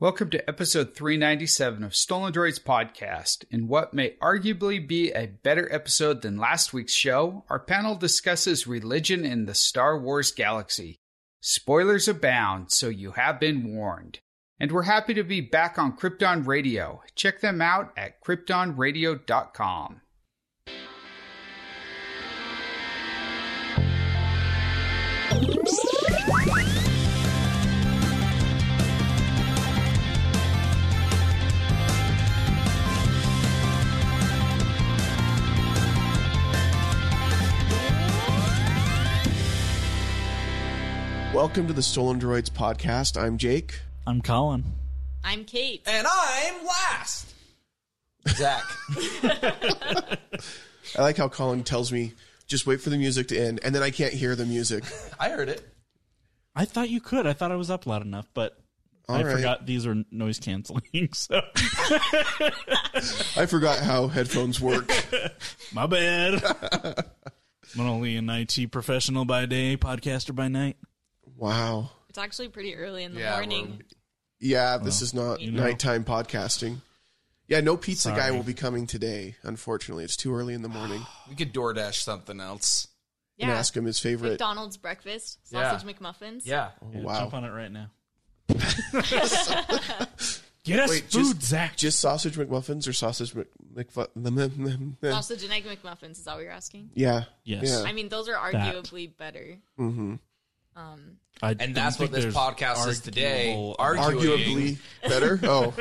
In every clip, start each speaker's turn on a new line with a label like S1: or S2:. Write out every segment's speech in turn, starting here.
S1: Welcome to episode 397 of Stolen Droids Podcast. In what may arguably be a better episode than last week's show, our panel discusses religion in the Star Wars galaxy. Spoilers abound, so you have been warned. And we're happy to be back on Krypton Radio. Check them out at kryptonradio.com.
S2: Welcome to the Stolen Droids podcast. I'm Jake.
S3: I'm Colin.
S4: I'm Kate.
S5: And I'm last. Zach.
S2: I like how Colin tells me just wait for the music to end, and then I can't hear the music.
S5: I heard it.
S3: I thought you could. I thought I was up loud enough, but I
S2: All right.
S3: forgot these are noise canceling. So
S2: I forgot how headphones work.
S3: my bad. I'm only an IT professional by day, podcaster by night.
S2: Wow.
S4: It's actually pretty early in the
S5: Yeah,
S4: morning.
S2: Yeah, this is not
S3: know.
S2: nighttime podcasting. Yeah, no pizza guy
S3: Sorry.
S2: will be coming today. Unfortunately, it's too early in the morning.
S5: We could DoorDash something else.
S2: And ask him his favorite.
S4: McDonald's breakfast, sausage
S5: Yeah.
S4: McMuffins.
S5: Yeah.
S3: Yeah,
S2: wow.
S3: Jump on it right now. Get us
S2: Wait,
S3: food,
S2: just-
S3: Zach.
S2: Just sausage McMuffins or sausage Mc, McFu-
S4: Sausage and egg McMuffins, is that what you're asking?
S2: Yeah.
S3: Yes.
S4: I
S2: Yeah.
S4: mean, those are arguably better.
S3: I don't
S5: And that's what
S3: think
S5: this
S3: there's
S5: podcast is today.
S3: arguable-
S5: Arguing.
S2: Arguably better. Oh,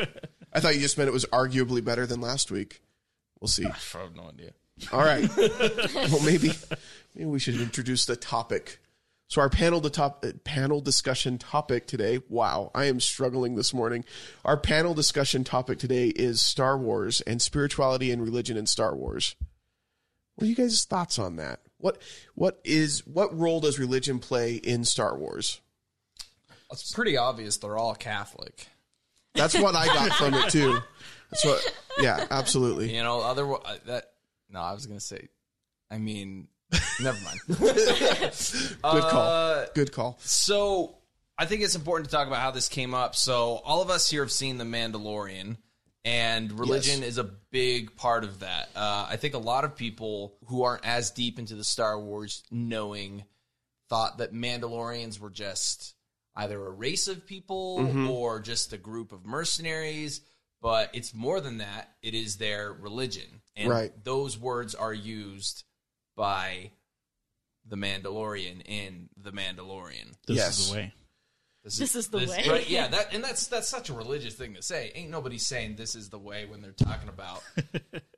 S2: I thought you just meant it was arguably better than last week. We'll see.
S5: I have no idea.
S2: All right. well, maybe maybe we should introduce the topic. So our panel the top uh, panel discussion topic today. Wow, I am struggling this morning. Our panel discussion topic today is Star Wars and spirituality and religion in Star Wars. What are you guys' thoughts on that? What what is what role does religion play in Star Wars?
S5: It's pretty obvious they're all Catholic.
S2: That's what I got from it too. That's what. Yeah, absolutely.
S5: You know, other uh, that. No, I was gonna say. I mean, never mind.
S2: Good call. Good call.
S5: So I think it's important to talk about how this came up. So all of us here have seen The Mandalorian, and religion
S2: Yes.
S5: is a big part of that. Uh, I think a lot of people who aren't as deep into the Star Wars knowing thought that Mandalorians were just either a race of people
S2: Mm-hmm.
S5: or just a group of mercenaries. But it's more than that. It is their religion, and
S2: Right.
S5: those words are used by the Mandalorian in the Mandalorian.
S3: This
S2: Yes.
S3: is the way.
S4: This is the way.
S5: right? Yeah, that and that's that's such a religious thing to say. Ain't nobody saying this is the way when they're talking about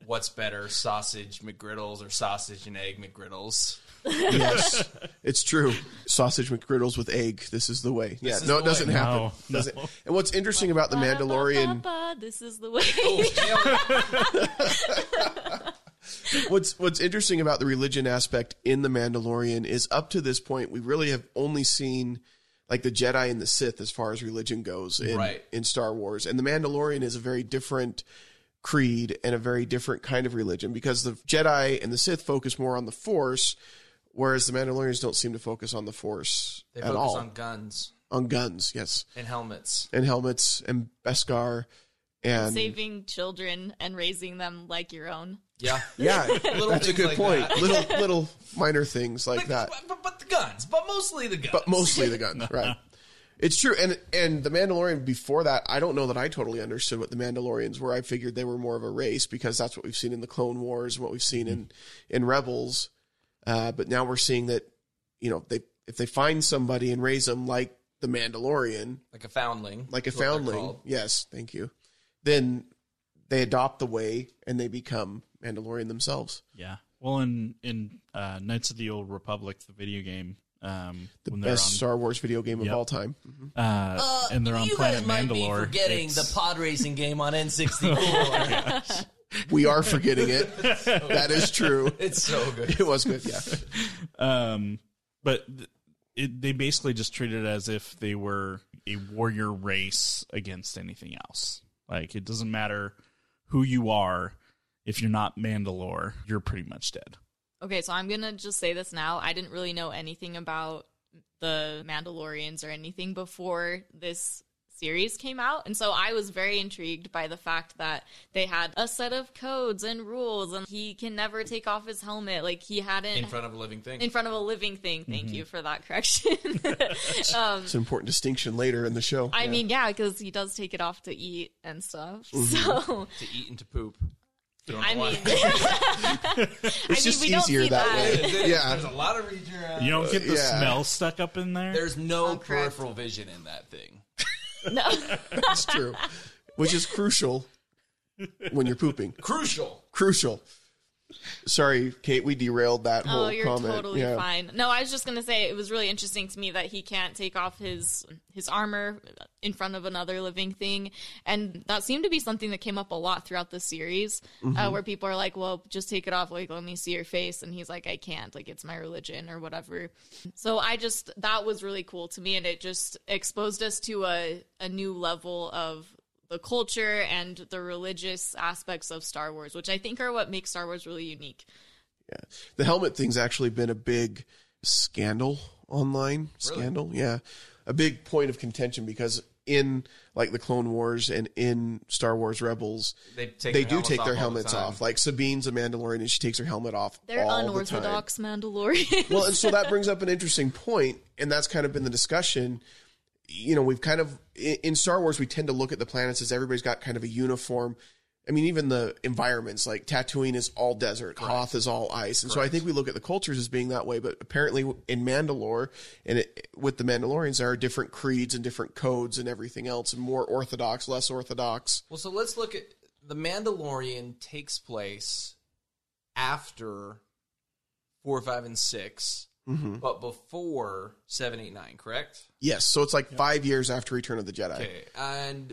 S5: what's better, sausage McGriddles or sausage and egg McGriddles.
S2: Yes, it's true. Sausage McGriddles with egg. This is the way. Yeah,
S5: is
S2: no,
S5: the
S2: it doesn't
S5: way.
S2: happen.
S3: No,
S2: Does it? And what's interesting about the Mandalorian,
S4: Ba-da-ba-ba-ba, This is the way.
S5: Oh, yeah.
S2: what's what's interesting about the religion aspect in the Mandalorian is up to this point we really have only seen like the Jedi and the Sith as far as religion goes in
S5: Right.
S2: in Star Wars, and the Mandalorian is a very different creed and a very different kind of religion because the Jedi and the Sith focus more on the Force, whereas the Mandalorians don't seem to focus on the Force
S5: they
S2: at
S5: focus
S2: all
S5: on guns
S2: on guns. Yes.
S5: and helmets.
S2: and helmets and Beskar and
S4: Saving children and raising them like your own.
S5: Yeah,
S2: yeah,
S5: Little
S2: that's a
S5: things
S2: good
S5: like
S2: point.
S5: that.
S2: Little little minor things like that,
S5: But, but, but the guns, but mostly the guns.
S2: but mostly the guns, right? It's true, and and the Mandalorian before that, I don't know that I totally understood what the Mandalorians were. I figured they were more of a race because that's what we've seen in the Clone Wars and what we've seen in in Rebels. Uh, but now we're seeing that you know they if they find somebody and raise them like the Mandalorian,
S5: like a foundling,
S2: like a
S5: is what they're
S2: foundling.
S5: called.
S2: Yes, thank you. Then they adopt the way and they become Mandalorian themselves.
S3: Yeah. Well, in in uh, Knights of the Old Republic, the video game, um,
S2: The
S3: when they're
S2: best
S3: on,
S2: Star Wars video game
S3: Yep.
S2: of all time.
S3: uh, and they're on planet Mandalore. it's-
S5: pod racing game on N sixty four.
S2: We are forgetting it. that is true.
S5: It's so good.
S2: It was good. Yeah.
S3: Um, but th- it, they basically just treat it as if they were a warrior race against anything else. Like it doesn't matter who you are if you're not Mandalore, you're pretty much dead.
S4: Okay, so I'm gonna just say this now. I didn't really know anything about the Mandalorians or anything before this series came out. And so I was very intrigued by the fact that they had a set of codes and rules, and he can never take off his helmet. Like he hadn't.
S5: in front Mm-hmm. of a living thing.
S4: in front of a living thing. Thank you for that correction. um,
S2: It's an important distinction later in the show.
S4: I mean, yeah, because he does take it off to eat and stuff. So
S5: to eat and to poop. Don't
S4: I
S5: know why.
S4: mean,
S2: it's just
S4: we don't
S2: easier
S4: see
S2: that,
S4: that.
S2: way. yeah.
S5: There's a lot of reach around.
S3: You don't get the
S2: Yeah.
S3: smell stuck up in there.
S5: There's no
S4: Oh, correct.
S5: peripheral vision in that thing.
S4: no,
S2: That's true. Which is crucial when you're pooping.
S5: Crucial.
S2: Crucial. Sorry, Kate, we derailed that whole
S4: oh, you're
S2: comment.
S4: totally
S2: yeah.
S4: fine. No, I was just gonna say it was really interesting to me that he can't take off his his armor in front of another living thing, and that seemed to be something that came up a lot throughout the series,
S2: Mm-hmm.
S4: uh, where people are like, "Well, just take it off, like let me see your face," and he's like, "I can't, like it's my religion or whatever." So I just that was really cool to me, and it just exposed us to a a new level of the culture and the religious aspects of Star Wars, which I think are what makes Star Wars really unique.
S2: The helmet thing's actually been a big scandal online. Scandal, yeah, a big point of contention because in like the Clone Wars and in Star Wars Rebels,
S5: They take
S2: they
S5: their
S2: do
S5: helmets
S2: take
S5: off
S2: their
S5: all the
S2: helmets
S5: time.
S2: off. Like Sabine's a Mandalorian and she takes her helmet off.
S4: They're
S2: all The time.
S4: unorthodox Mandalorians.
S2: Well, and so that brings up an interesting point, and that's kind of been the discussion. You know, we've kind of i- in Star Wars we tend to look at the planets as everybody's got kind of a uniform. I mean, even the environments like Tatooine is all desert, Hoth is all ice, and so I think we look at the cultures as being that way. But apparently, in Mandalore and it, with the Mandalorians, there are different creeds and different codes and everything else, and more orthodox, less orthodox.
S5: Well, so let's look at The Mandalorian takes place after four, five, and 6 but before seven, eight, nine. Correct.
S2: Yes, so it's like five years after Return of the Jedi.
S5: Okay, and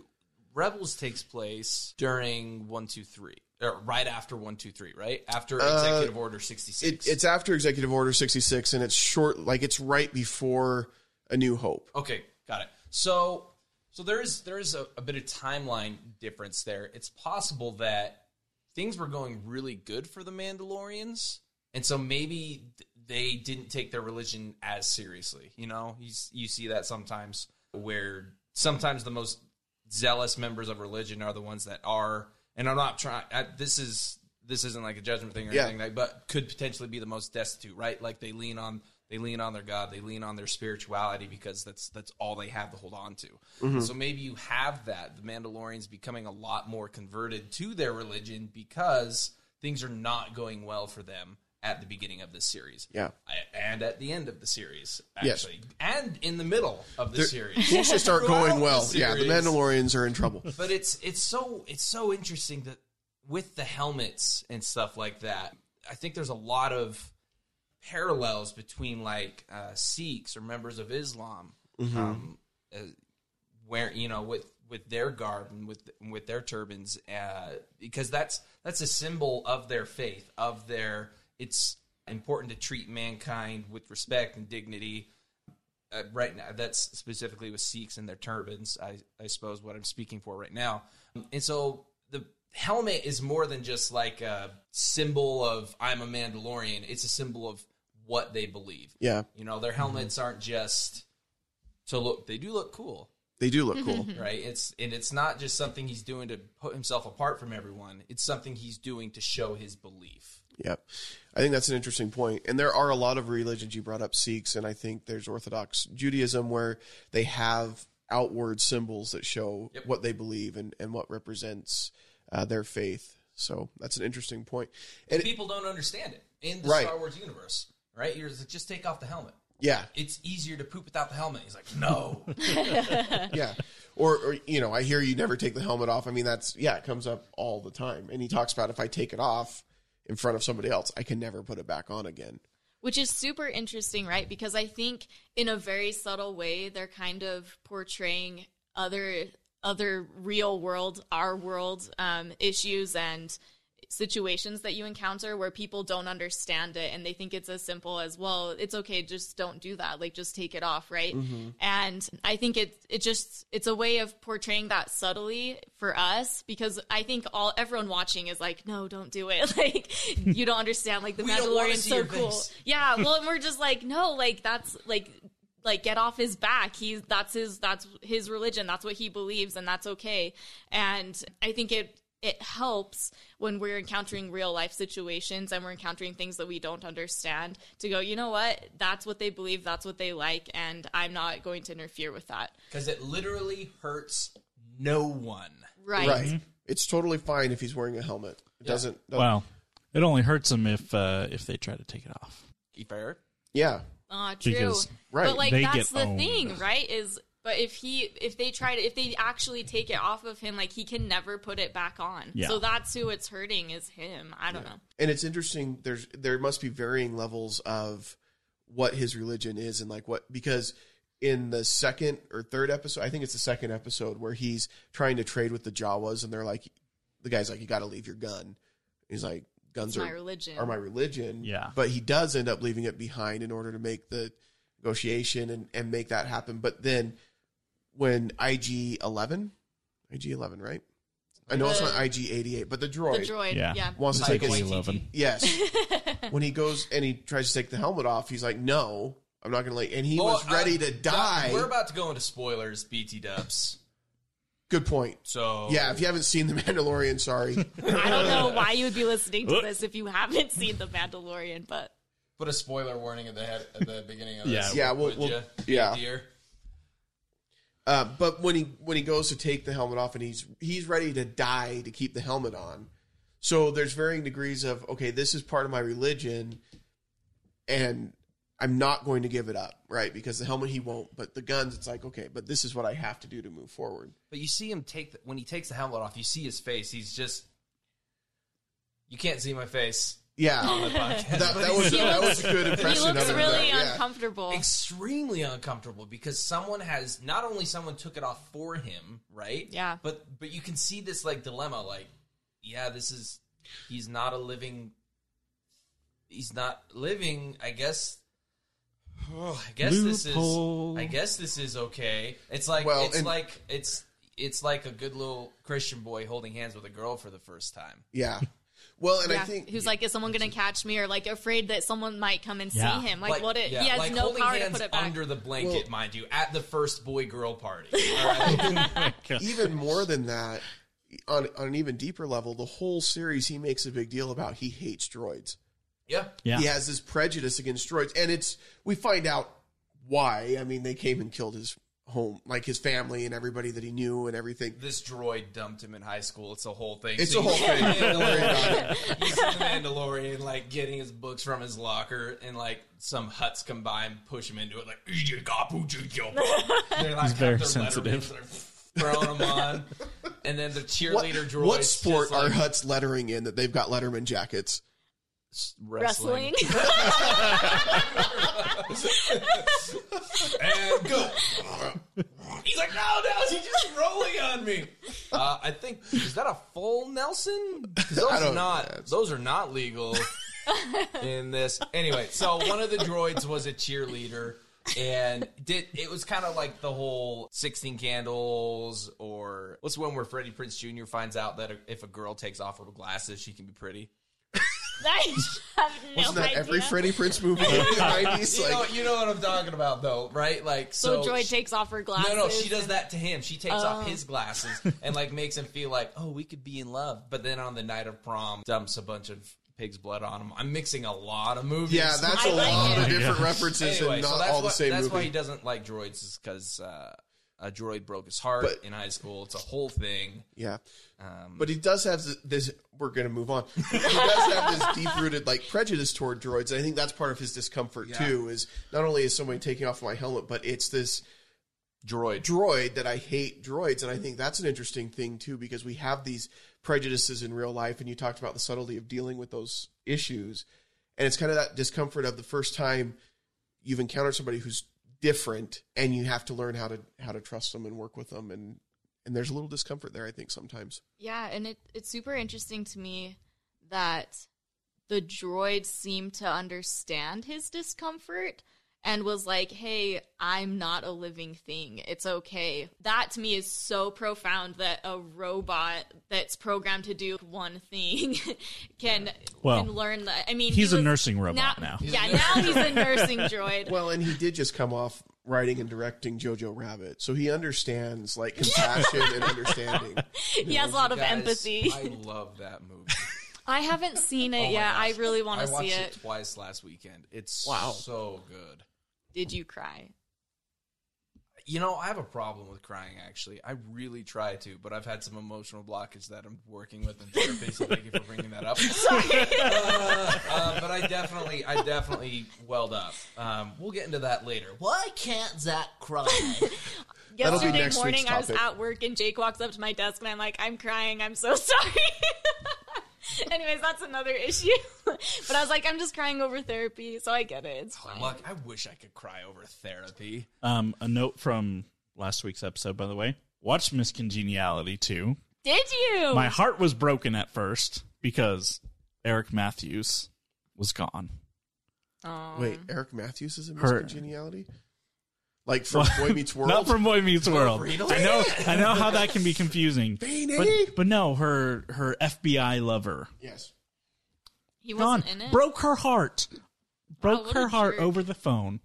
S5: Rebels takes place during one, two, three, or right after one, two, three, right after Executive Order sixty
S2: It,
S5: six.
S2: it's after Executive Order 66, and it's short, like it's right before A New Hope.
S5: Okay, got it. So, so there is there is a, a bit of timeline difference there. It's possible that things were going really good for the Mandalorians, and so maybe th- they didn't take their religion as seriously. You know, you s- you see that sometimes where sometimes the most zealous members of religion are the ones that are. And I'm not trying. This is this isn't like a judgment thing or
S2: Yeah.
S5: anything, like, but could potentially be the most destitute, right? Like they lean on they lean on their God, they lean on their spirituality because that's that's all they have to hold on to.
S2: Mm-hmm.
S5: So maybe you have that the Mandalorians becoming a lot more converted to their religion because things are not going well for them at the beginning of this series.
S2: Yeah.
S5: I- And at the end of the series,
S2: Yes.
S5: actually, and in the middle of the series,
S2: Things just aren't
S5: Throughout
S2: going
S5: the
S2: well. Yeah, the
S5: series.
S2: Mandalorians are in trouble.
S5: but it's it's so it's so interesting that with the helmets and stuff like that i think there's a lot of parallels between like uh, sikhs or members of islam um, uh, where you know with with their garb and with with their turbans uh, because that's that's a symbol of their faith of their it's important to treat mankind with respect and dignity uh, right now that's specifically with Sikhs and their turbans I, I suppose what I'm speaking for right now and so the helmet is more than just like a symbol of I'm a Mandalorian it's a symbol of what they believe
S2: Yeah,
S5: you know their helmets aren't just to look they do look cool
S2: they do look cool.
S5: right it's and it's not just something he's doing to put himself apart from everyone it's something he's doing to show his belief
S2: Yep. I think that's an interesting point. And there are a lot of religions you brought up Sikhs, and I think there's Orthodox Judaism where they have outward symbols that show
S5: Yep.
S2: what they believe and, and what represents uh, their faith. So that's an interesting point. And it-
S5: people don't understand it in the
S2: Right.
S5: Star Wars universe right you're just, just take off the helmet
S2: yeah,
S5: it's easier to poop without the helmet. He's like, no.
S2: yeah. Or, or you know, I hear you never take the helmet off. I mean, that's yeah, it comes up all the time. And he talks about if I take it off in front of somebody else, I can never put it back on again.
S4: which is super interesting, right? Because I think in a very subtle way they're kind of portraying other other real world, our world um, issues and situations that you encounter where people don't understand it and they think it's as simple as well it's okay just don't do that like just take it off right and i think it it just it's a way of portraying that subtly for us because i think all everyone watching is like no don't do it like you don't understand like the
S5: We don't wanna
S4: mandalorian's
S5: see
S4: so
S5: your
S4: cool
S5: face.
S4: yeah well and we're just like no like that's like like get off his back. He's that's his that's his religion. That's what he believes, and that's okay. And I think it it helps when we're encountering real life situations and we're encountering things that we don't understand to go, you know what? That's what they believe. That's what they like, and I'm not going to interfere with that.
S5: because it literally hurts no one.
S4: Right.
S2: Right. It's totally fine if he's wearing a helmet. It doesn't. doesn't-
S3: Wow. It only hurts them if uh, if they try to take it off.
S5: If I heard.
S2: Yeah.
S4: Ah, true.
S3: Because-
S2: Right.
S4: But like
S3: They
S4: that's
S3: get
S4: the
S3: owned.
S4: thing, right? Is but if he if they try to if they actually take it off of him, like he can never put it back on.
S3: Yeah.
S4: So that's who it's hurting is him. I don't know.
S2: And it's interesting. There's there must be varying levels of what his religion is and like what because in the second or third episode, I think it's the second episode where he's trying to trade with the Jawas and they're like, the guy's like, you got to leave your gun. He's like, guns
S4: It's my
S2: are
S4: religion.
S2: are my religion.
S3: Yeah.
S2: But he does end up leaving it behind in order to make the negotiation and, and make that happen. But then when IG 11, IG 11, right? I know it's not
S4: The-
S2: IG 88, but the
S4: the
S2: droid,
S4: droid.
S3: Yeah.
S4: Yeah.
S2: wants to
S5: Like
S2: take his.
S5: YTT.
S3: 11.
S2: Yes. when he goes and he tries to take the helmet off, he's like, no, I'm not going to let. And he
S5: Well,
S2: was ready
S5: uh,
S2: to
S5: Doc,
S2: die.
S5: We're about to go into spoilers, BT Dubs.
S2: Good point.
S5: So
S2: Yeah, if you haven't seen The Mandalorian, sorry.
S4: I don't know why you would be listening to this if you haven't seen The Mandalorian, but
S5: put a spoiler warning at the head, at the beginning of
S3: Yeah.
S5: this.
S2: Yeah, we'll-
S5: would
S2: we'll-
S5: ya,
S2: yeah.
S5: dear?
S2: Uh, but when he when he goes to take the helmet off and he's he's ready to die to keep the helmet on. So there's varying degrees of okay, this is part of my religion, and I'm not going to give it up, right? Because the helmet he won't, but the guns, it's like okay, but this is what I have to do to move forward.
S5: But you see him take the, when he takes the helmet off. You see his face. He's just you can't see my face.
S2: Yeah,
S5: On the podcast,
S2: that,
S5: but
S2: that
S5: he's
S2: was that was a good
S4: he
S2: impression.
S4: looks
S2: of him
S4: really
S2: there, yeah.
S4: uncomfortable.
S5: extremely uncomfortable because someone has not only someone took it off for him, right?
S4: Yeah.
S5: But but you can see this like dilemma, like yeah, this is he's not a living. He's not living. I guess. Oh, I guess
S3: Loophole.
S5: this is. I guess this is okay. It's like
S2: Well,
S5: it's
S2: and-
S5: like it's it's like a good little Christian boy holding hands with a girl for the first time.
S2: Yeah. Well, and
S4: yeah.
S2: I think
S4: Who's like, is someone going to catch me, or like afraid that someone might come and
S3: Yeah.
S4: see him? Like, what? It, he has
S5: like
S4: no
S5: holding
S4: power to
S5: hands
S4: put it back.
S5: under the blanket,
S2: Well-
S5: mind you, at the first boy girl party. All right?
S2: even more than that, on on an even deeper level, the whole series he makes a big deal about he hates droids.
S5: yeah.
S3: Yeah.
S2: he has this prejudice against droids and it's we find out why i mean they came and killed his home like his family and everybody that he knew and everything
S5: this droid dumped him in high school. It's a whole thing.
S2: It's
S5: So
S2: a
S5: you
S2: whole
S5: see
S2: thing.
S5: the
S2: Don't worry about
S5: Mandalorian- You see the Mandalorian like getting his books from his locker, and like some huts come by and push him into it. Like "Eat it, gapu, ju, ju, bu." they're like
S3: very
S5: got their letter
S3: sensitive.
S5: rings, they're Throwing him on, and then the
S2: what,
S5: cheerleader droid.
S2: what sport are huts lettering in that they've got letterman jackets
S4: wrestling.
S5: and go. He's like, no, no, he's just rolling on me. Uh, I think is that a full Nelson? 'Cause Those
S2: I
S5: are
S2: don't-
S5: not. Those are not legal in this. Anyway, so one of the droids was a cheerleader. And did it was kind of like the whole sixteen candles, or what's the one where Freddie Prince Jr. finds out that if a girl takes off her glasses, she can be pretty.
S4: I have no
S2: isn't that
S4: idea.
S2: every freddie prince movie in the 90s
S5: You know,
S2: like
S5: you know what I'm talking about, though, right? Like,
S4: so,
S5: so,
S4: Joy takes off her glasses.
S5: No, no, she does that to him. She takes off
S4: Oh.
S5: his glasses and like makes him feel like, oh, we could be in love. But then on the night of prom, dumps a bunch of pig's blood on him. I'm mixing a lot of movies.
S2: yeah that's a
S4: I like
S2: lot
S4: it.
S2: of different
S3: Yeah.
S2: references
S5: Anyway,
S2: and not
S5: so that's
S2: all the
S5: why-
S2: same
S5: That's
S2: movie
S5: why he doesn't like droids is because uh, a droid broke his heart
S2: But-
S5: in high school. It's a whole thing.
S2: yeah
S5: Um,
S2: but he does have th- this we're going to move on he does have this deep-rooted like prejudice toward droids and i think that's part of his discomfort too is not only is somebody taking off my helmet but it's this
S5: droid.
S2: droid that I hate droids, and I think that's an interesting thing too because we have these prejudices in real life, and you talked about the subtlety of dealing with those issues, and it's kind of that discomfort of the first time you've encountered somebody who's different, and you have to learn how to how to trust them and work with them, and and there's a little discomfort there, I think sometimes.
S4: Yeah, and it, it's super interesting to me that the droid seemed to understand his discomfort and was like, hey, I'm not a living thing. It's okay. That to me is so profound that a robot that's programmed to do one thing can,
S3: Well,
S4: can learn that. I mean,
S3: he's
S4: he
S3: a
S4: was-
S3: nursing robot now.
S4: yeah, now he's a nursing droid.
S2: Well, and he did just come off writing and directing Jojo Rabbit, so he understands like compassion and understanding.
S4: He has a lot of
S5: Guys,
S4: empathy.
S5: I love that movie.
S4: I haven't seen
S5: Oh
S4: it
S5: my
S4: yet. I
S5: gosh.
S4: really want
S5: I
S4: to see
S5: watched
S4: it.
S5: it twice last weekend. It's
S2: Wow.
S5: so good.
S4: Did you cry?
S5: You know, I have a problem with crying. Actually, I really try to, but I've had some emotional blockage that I'm working with in therapy. so thank you for bringing that up. Uh, uh, but I definitely, I definitely welled up. Um, we'll get into that later. Why can't Zach cry?
S2: That'll be
S4: Yesterday
S2: next
S4: morning,
S2: week's
S4: I was
S2: topic.
S4: at work and Jake walks up to my desk and I'm like, I'm crying. I'm so sorry. Anyways, that's another issue. but I was like, I'm just crying over therapy, so I get it. It's fine.
S5: I'm like, I wish I could cry over therapy.
S3: Um, a note from last week's episode, by the way. Watch Miss Congeniality too.
S4: Did you?
S3: My heart was broken at first because Eric Matthews was gone.
S4: Aw.
S2: Wait, Eric Matthews is in
S3: Her-
S2: Miss Congeniality? Like from Boy Meets World?
S3: Not from Boy Meets World.
S5: Riddle?
S3: I know, I know how that can be confusing.
S2: Beanie!
S3: But, but no, her her FBI lover
S2: yes.
S4: he
S3: gone
S4: wasn't in it. Oh,
S3: broke her heart. Broke
S4: what
S3: her
S4: a
S3: heart
S4: jerk.
S3: over the phone.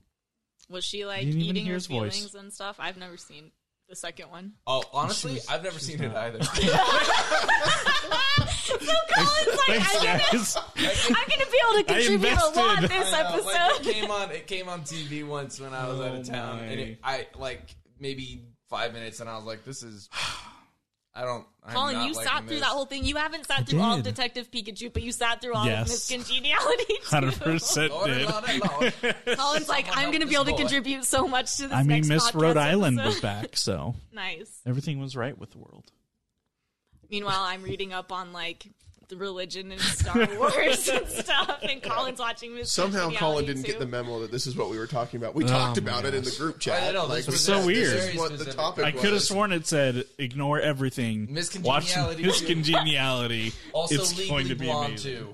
S4: Was she like
S3: didn't even
S4: eating
S3: hear
S4: her
S3: his voice.
S4: feelings and stuff? I've never seen the second one.
S5: Oh, honestly,
S3: was-
S5: I've never
S3: she's
S5: seen it
S3: not.
S5: either.
S4: Colin's like,
S3: Thanks,
S4: I'm gonna,
S3: guys.
S4: I'm gonna be able to
S3: I
S4: contribute a lot
S3: invested.
S4: this
S5: I know, like,
S4: episode.
S5: it came on. It came on TV once when I was out of
S3: Oh
S5: town,
S3: my.
S5: and it, I like maybe five minutes, and I was like, "This is." I don't. I'm
S4: Colin,
S5: not
S4: you
S5: liking
S4: sat through
S5: this.
S4: that whole thing. You haven't sat through all of
S3: did.
S4: Detective Pikachu, but you sat through all
S3: Yes.
S4: of Miss Congeniality. too.
S3: Hundred percent
S5: Lord,
S3: did.
S5: Lord, Lord.
S4: Colin's like, I'm
S5: Someone help
S4: going to be
S5: this
S4: able to
S5: boy."
S4: contribute so much to this.
S3: I mean,
S4: next
S3: Miss
S4: podcast
S3: Rhode Island was
S4: episode.
S3: back, so
S4: nice.
S3: everything was right with the world.
S4: Meanwhile, I'm reading up on like the religion and Star Wars and stuff, and Colin's watching Miss.
S2: Somehow
S4: Congeniality
S2: Colin didn't get
S4: too.
S2: the memo that this is what we were talking about. We talked
S3: my
S2: about it in the
S3: gosh.
S2: group chat.
S5: Oh, I know, this was
S2: this
S3: so
S2: is-
S3: weird.
S2: This is what the
S5: Very
S2: topic
S3: I
S2: was.
S3: could have sworn it said ignore everything.
S5: Miss
S3: Watch
S5: Congeniality
S3: Miss
S5: too.
S3: Congeniality.
S5: Also,
S3: it's
S5: legally
S3: going to be
S5: blonde
S3: amazing.
S5: too.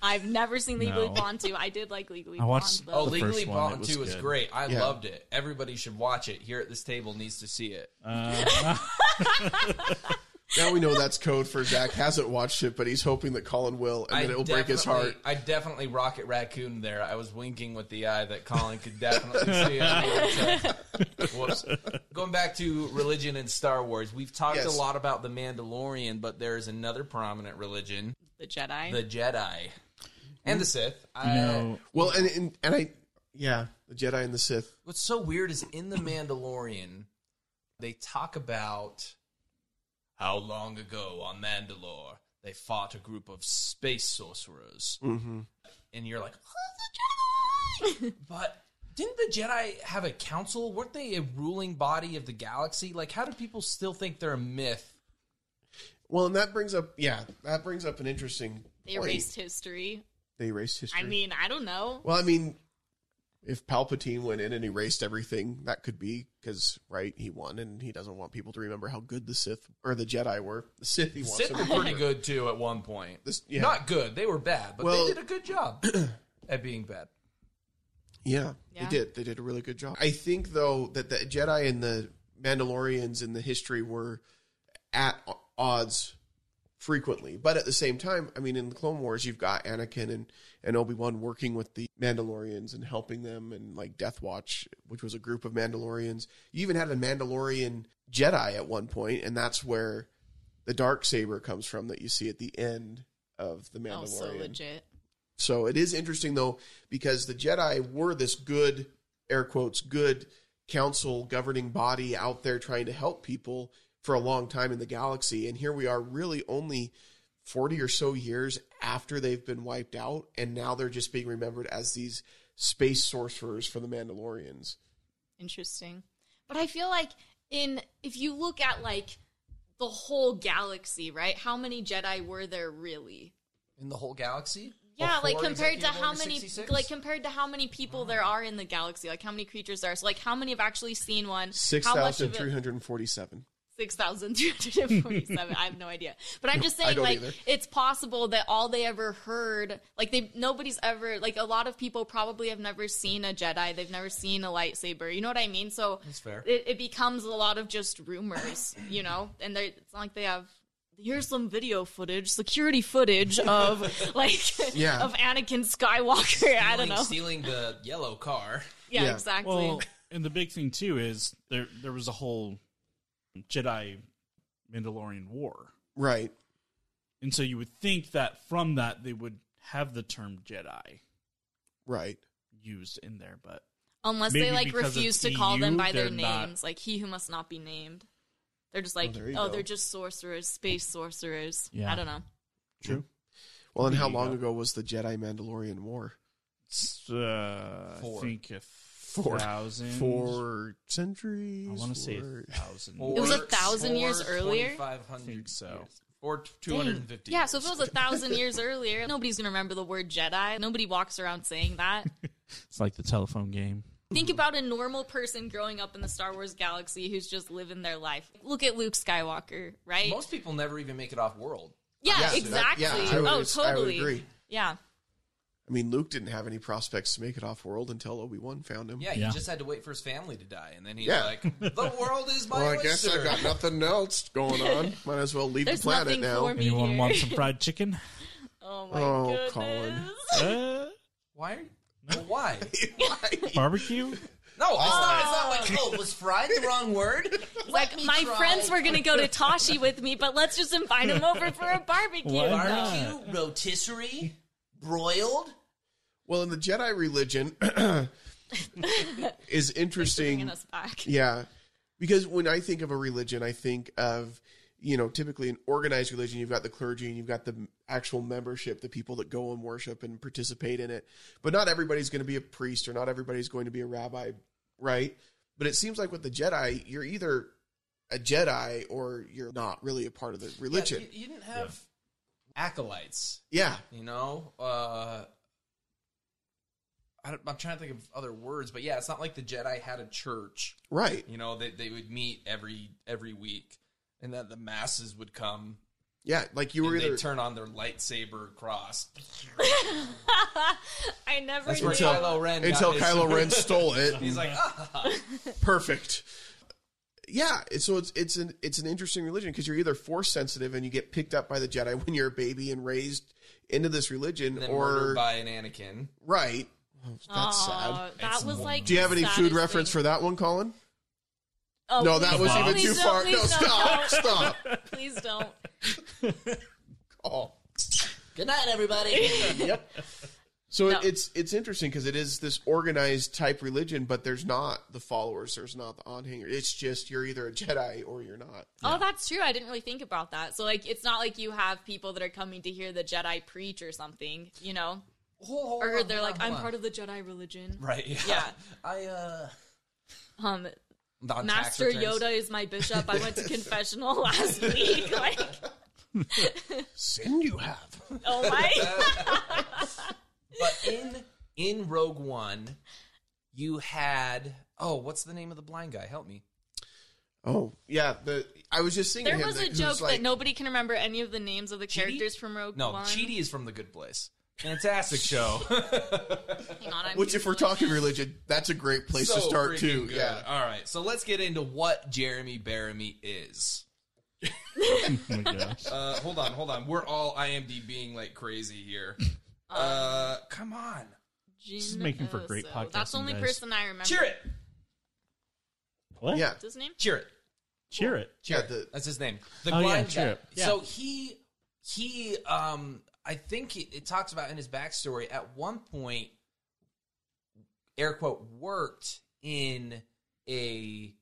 S4: I've never seen Legally
S3: No.
S4: Blonde 2. I did like Legally
S3: I watched-
S4: Blonde.
S5: Oh,
S4: Though.
S3: The
S5: legally
S3: first one,
S5: blonde
S3: it was
S5: two is
S3: good.
S5: great. I
S2: Yeah.
S5: loved it. Everybody should watch it. Here at this table needs to see it.
S2: Now we know that's code for Zach hasn't watched it, but he's hoping that Colin will, and then it'll break his
S5: definitely-
S2: heart.
S5: I definitely rocket raccoon there. I was winking with the eye that Colin could definitely see. it. Whoops. Going back to religion and Star Wars, we've talked
S2: Yes.
S5: a lot about the Mandalorian, but there is another prominent religion,
S4: The Jedi.
S5: the Jedi and the Sith. I,
S3: No,
S2: Well, and, and and I, yeah, the Jedi and the Sith.
S5: What's so weird is in the Mandalorian, they talk about how long ago on Mandalore they fought a group of space sorcerers.
S2: Mm-hmm.
S5: and you're like, "Oh, the Jedi!" but didn't the Jedi have a council? Weren't they a ruling body of the galaxy? Like, how do people still think they're a myth?
S2: Well, and that brings up, yeah, that brings up an interesting.
S4: they
S2: point.
S4: erased history.
S2: They erased history.
S4: I mean, I don't know.
S2: well, I mean, if Palpatine went in and erased everything, that could be because, right, he won, and he doesn't want people to remember how good the Sith or the Jedi were. The Sith, he wants
S5: Sith
S2: them
S5: were
S2: to
S5: pretty
S2: remember.
S5: good too at one point.
S2: This- yeah.
S5: Not good; they were bad, but
S2: Well-
S5: they did a good job at being bad.
S2: Yeah,
S4: Yeah.
S2: they did. They did a really good job. I think though that the Jedi and the Mandalorians in the history were at o- odds frequently, but at the same time, I mean, in the Clone Wars, you've got Anakin and and Obi Wan working with the Mandalorians and helping them, and like Death Watch, which was a group of Mandalorians. You even had a Mandalorian Jedi at one point, and that's where the dark saber comes from that you see at the end of the Mandalorian.
S4: Oh, so legit.
S2: So it is interesting though, because the Jedi were this good, air quotes, good council governing body out there trying to help people for a long time in the galaxy. And here we are really only 40 or so years after they've been wiped out. And now they're just being remembered as these space sorcerers for the Mandalorians.
S4: Interesting. But I feel like in if you look at like the whole galaxy, right? How many Jedi were there really?
S5: In the whole galaxy,
S4: Yeah, like
S5: Before
S4: compared to
S5: Executive
S4: how
S5: Order
S4: many
S5: 66?
S4: like compared to how many people there are in the galaxy, like how many creatures there are. So like how many have actually seen one? How much of it-
S2: 6,347.
S4: 6,347. I have no idea. But I'm just
S2: I
S4: saying,
S2: don't
S4: like,
S2: either.
S4: it's possible that all they ever heard, like, they nobody's ever, like, a lot of people probably have never seen a Jedi. They've never seen a lightsaber. You know what I mean? So
S5: That's fair.
S4: It, it becomes a lot of just rumors, you know? And they're, it's not like they have. Here's some video footage, security footage of like
S2: Yeah.
S4: of Anakin Skywalker. I don't
S5: Stealing-
S4: know.
S5: stealing the yellow car.
S4: Yeah,
S2: Yeah.
S4: exactly.
S3: well, and the big thing too is there there was a whole Jedi Mandalorian war.
S2: Right.
S3: And so you would think that from that they would have the term Jedi
S2: Right.
S3: used in there, but
S4: Unless
S3: Maybe
S4: they like
S3: because
S4: refuse
S3: it's
S4: to call them
S3: EU,
S4: by their
S3: they're not-
S4: names, like he who must not be named. They're just like,
S2: there you
S4: oh,
S2: go.
S4: they're just sorcerers, space sorcerers.
S3: Yeah.
S4: I don't know.
S2: True. Well, and how
S3: There you
S2: long
S3: go.
S2: ago was the Jedi Mandalorian War?
S3: it's, uh, I
S5: Four.
S3: think a
S2: Four.
S3: thousand.
S2: Four centuries.
S3: I want to say
S2: four-
S3: a thousand.
S4: It was a thousand years earlier?
S5: Five
S3: I think
S5: hundred.
S3: so.
S5: Or two
S4: Dang.
S5: hundred and fifty.
S4: Yeah, so if it was a thousand years earlier, nobody's gonna remember the word Jedi. Nobody walks around saying that.
S3: It's like the telephone game.
S4: Think about a normal person growing up in the Star Wars galaxy who's just living their life. Look at Luke Skywalker, right?
S5: most people never even make it off world.
S4: yeah,
S2: Yes, that-
S4: exactly.
S2: yeah, I would- I
S4: oh,
S2: would
S4: totally.
S2: agree.
S4: Yeah.
S2: I mean, Luke didn't have any prospects to make it off world until Obi Wan found him.
S5: Yeah, he
S3: Yeah.
S5: just had to wait for his family to die, and then he's
S2: Yeah.
S5: like, "The world is my
S2: Well, I
S5: oyster."
S2: guess I've got nothing else going on. Might as well leave
S4: There's
S2: the planet
S4: nothing
S2: now.
S4: for me.
S3: Anyone
S4: here.
S3: want some fried chicken?
S4: Oh my
S2: Oh,
S4: goodness.
S2: Colin.
S3: Uh,
S5: Why? Are you, well, why?
S3: barbecue?
S5: No, it's not. It's not like oh, was fried the wrong word.
S4: Like
S5: me
S4: my
S5: try.
S4: friends were gonna go to Tashi with me, but let's just invite them over for a barbecue.
S3: Why not?
S5: Barbecue, rotisserie, broiled.
S2: Well, in the Jedi religion is
S4: Bringing
S2: interesting.
S4: us back.
S2: Yeah. Because when I think of a religion, I think of, you know, typically an organized religion, you've got the clergy and you've got the actual membership, the people that go and worship and participate in it. But not everybody's going to be a priest or not everybody's going to be a rabbi, right? But it seems like with the Jedi, you're either a Jedi or you're not really a part of the religion.
S5: Yeah, you, you didn't have acolytes,
S2: Yeah.
S5: you know. Uh, I don't, I'm trying to think of other words, but yeah, it's not like the Jedi had a church.
S2: Right.
S5: You know, they they would meet every every week, and that the masses would come.
S2: Yeah. Like you were
S5: And
S2: either.
S5: they turn on their lightsaber cross.
S4: I never
S5: That's
S4: knew.
S5: where Kylo Ren got
S2: until
S5: his-
S2: Kylo Ren stole it.
S5: He's like, ah,
S2: perfect. Yeah, it's- so it's it's an it's an interesting religion because you're either force sensitive and you get picked up by the Jedi when you're a baby and raised into this religion,
S5: and then
S2: or
S5: murdered by an Anakin.
S2: right. Oh, that's
S4: Aw,
S2: sad.
S4: That
S5: It's-
S4: was like.
S2: Do you have any
S4: the
S2: food
S4: saddest
S2: reference
S4: thing.
S2: for that one, Colin?
S4: Oh,
S2: no, that
S4: please
S2: was
S4: don't,
S2: even
S4: please
S2: too
S4: don't,
S2: far.
S4: please
S2: No,
S4: don't,
S2: stop,
S4: don't.
S2: stop.
S4: Please don't.
S2: Oh.
S5: Good night, everybody.
S2: Yep. So
S4: No.
S2: it, it's it's interesting because it is this organized type religion, but there's not the followers, there's not the on hanger. It's just you're either a Jedi or you're not.
S4: Oh, that's true. I didn't really think about that. So, like, it's not like you have people that are coming to hear the Jedi preach or something, you know? Or they're like, I'm part of the Jedi religion.
S5: Right. Yeah.
S4: Yeah.
S5: I uh
S4: Um,
S5: on tax
S4: Master
S5: returns.
S4: Yoda is my bishop. I went to confessional last week. Like,
S2: Sin you have.
S4: oh my.
S5: But in in Rogue One, you had oh, what's the name of the blind guy? Help me.
S2: Oh yeah, the I was just thinking
S4: There
S2: him
S4: was
S2: that-
S4: a
S2: who's
S4: joke
S2: like-
S4: that nobody can remember any of the names of the characters from Rogue
S5: No,
S4: One.
S5: Cheedy is from The Good Place. Fantastic show.
S4: Hang on, I'm
S2: Which, if we're
S4: Googling
S2: talking
S4: it.
S2: religion, that's a great place to
S5: So
S2: start
S5: freaking
S2: too.
S5: good.
S2: Yeah.
S5: All right. So let's get into what Jeremy Baramy is.
S3: Oh my gosh.
S5: Uh, hold on, hold on. We're all IMDBing like crazy here. Uh, come on.
S4: This
S3: is making for great
S4: That's the
S3: podcasting,
S4: only
S3: guys.
S4: person I remember.
S5: Cheer it.
S3: What?
S2: Yeah.
S4: What's his name?
S5: Cheer it.
S3: Cheer it.
S2: Yeah,
S5: Cheer
S2: the-
S5: That's his name. The
S3: Oh, yeah,
S5: blind guy.
S3: Chirrup. Yeah.
S5: So he he um I think it, it talks about in his backstory at one point air quote worked in a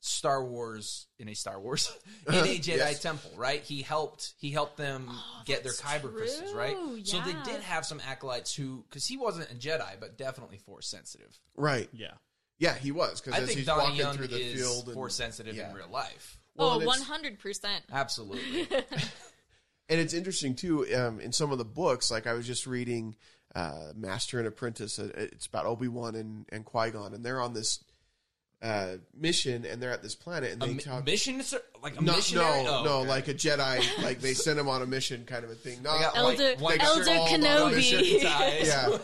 S5: Star Wars in a Star Wars in a Jedi
S2: Yes.
S5: temple, right? He helped he helped them get their
S4: that's
S5: kyber crystals, right?
S4: true,
S5: So they
S4: yeah.
S5: did have some acolytes who cuz he wasn't a Jedi but definitely force sensitive.
S2: Right.
S3: Yeah.
S2: Yeah, he was because
S5: I
S2: as
S5: think
S2: he's
S5: Donnie
S2: walking
S5: Young
S2: through the
S5: is
S2: field, and,
S5: force sensitive
S2: yeah.
S5: in real life.
S2: Well,
S4: oh,
S2: and it's-
S4: 100%.
S5: Absolutely.
S2: and it's interesting too. Um, in some of the books, like I was just reading uh, Master and Apprentice. uh, It's about Obi Wan and and Qui Gon, and they're on this uh, mission, and they're at this planet, and
S5: a
S2: they
S5: mi-
S2: talk.
S5: mission ser- like a
S2: no,
S5: missionary
S2: no,
S5: Oh,
S2: no,
S5: okay.
S2: like a Jedi, like they sent him on a mission, kind of a thing. Not
S5: got
S2: like-
S4: Elder,
S5: White- white
S4: Elder
S2: shirt. All the
S4: Kenobi.
S5: Ties.
S2: Yeah.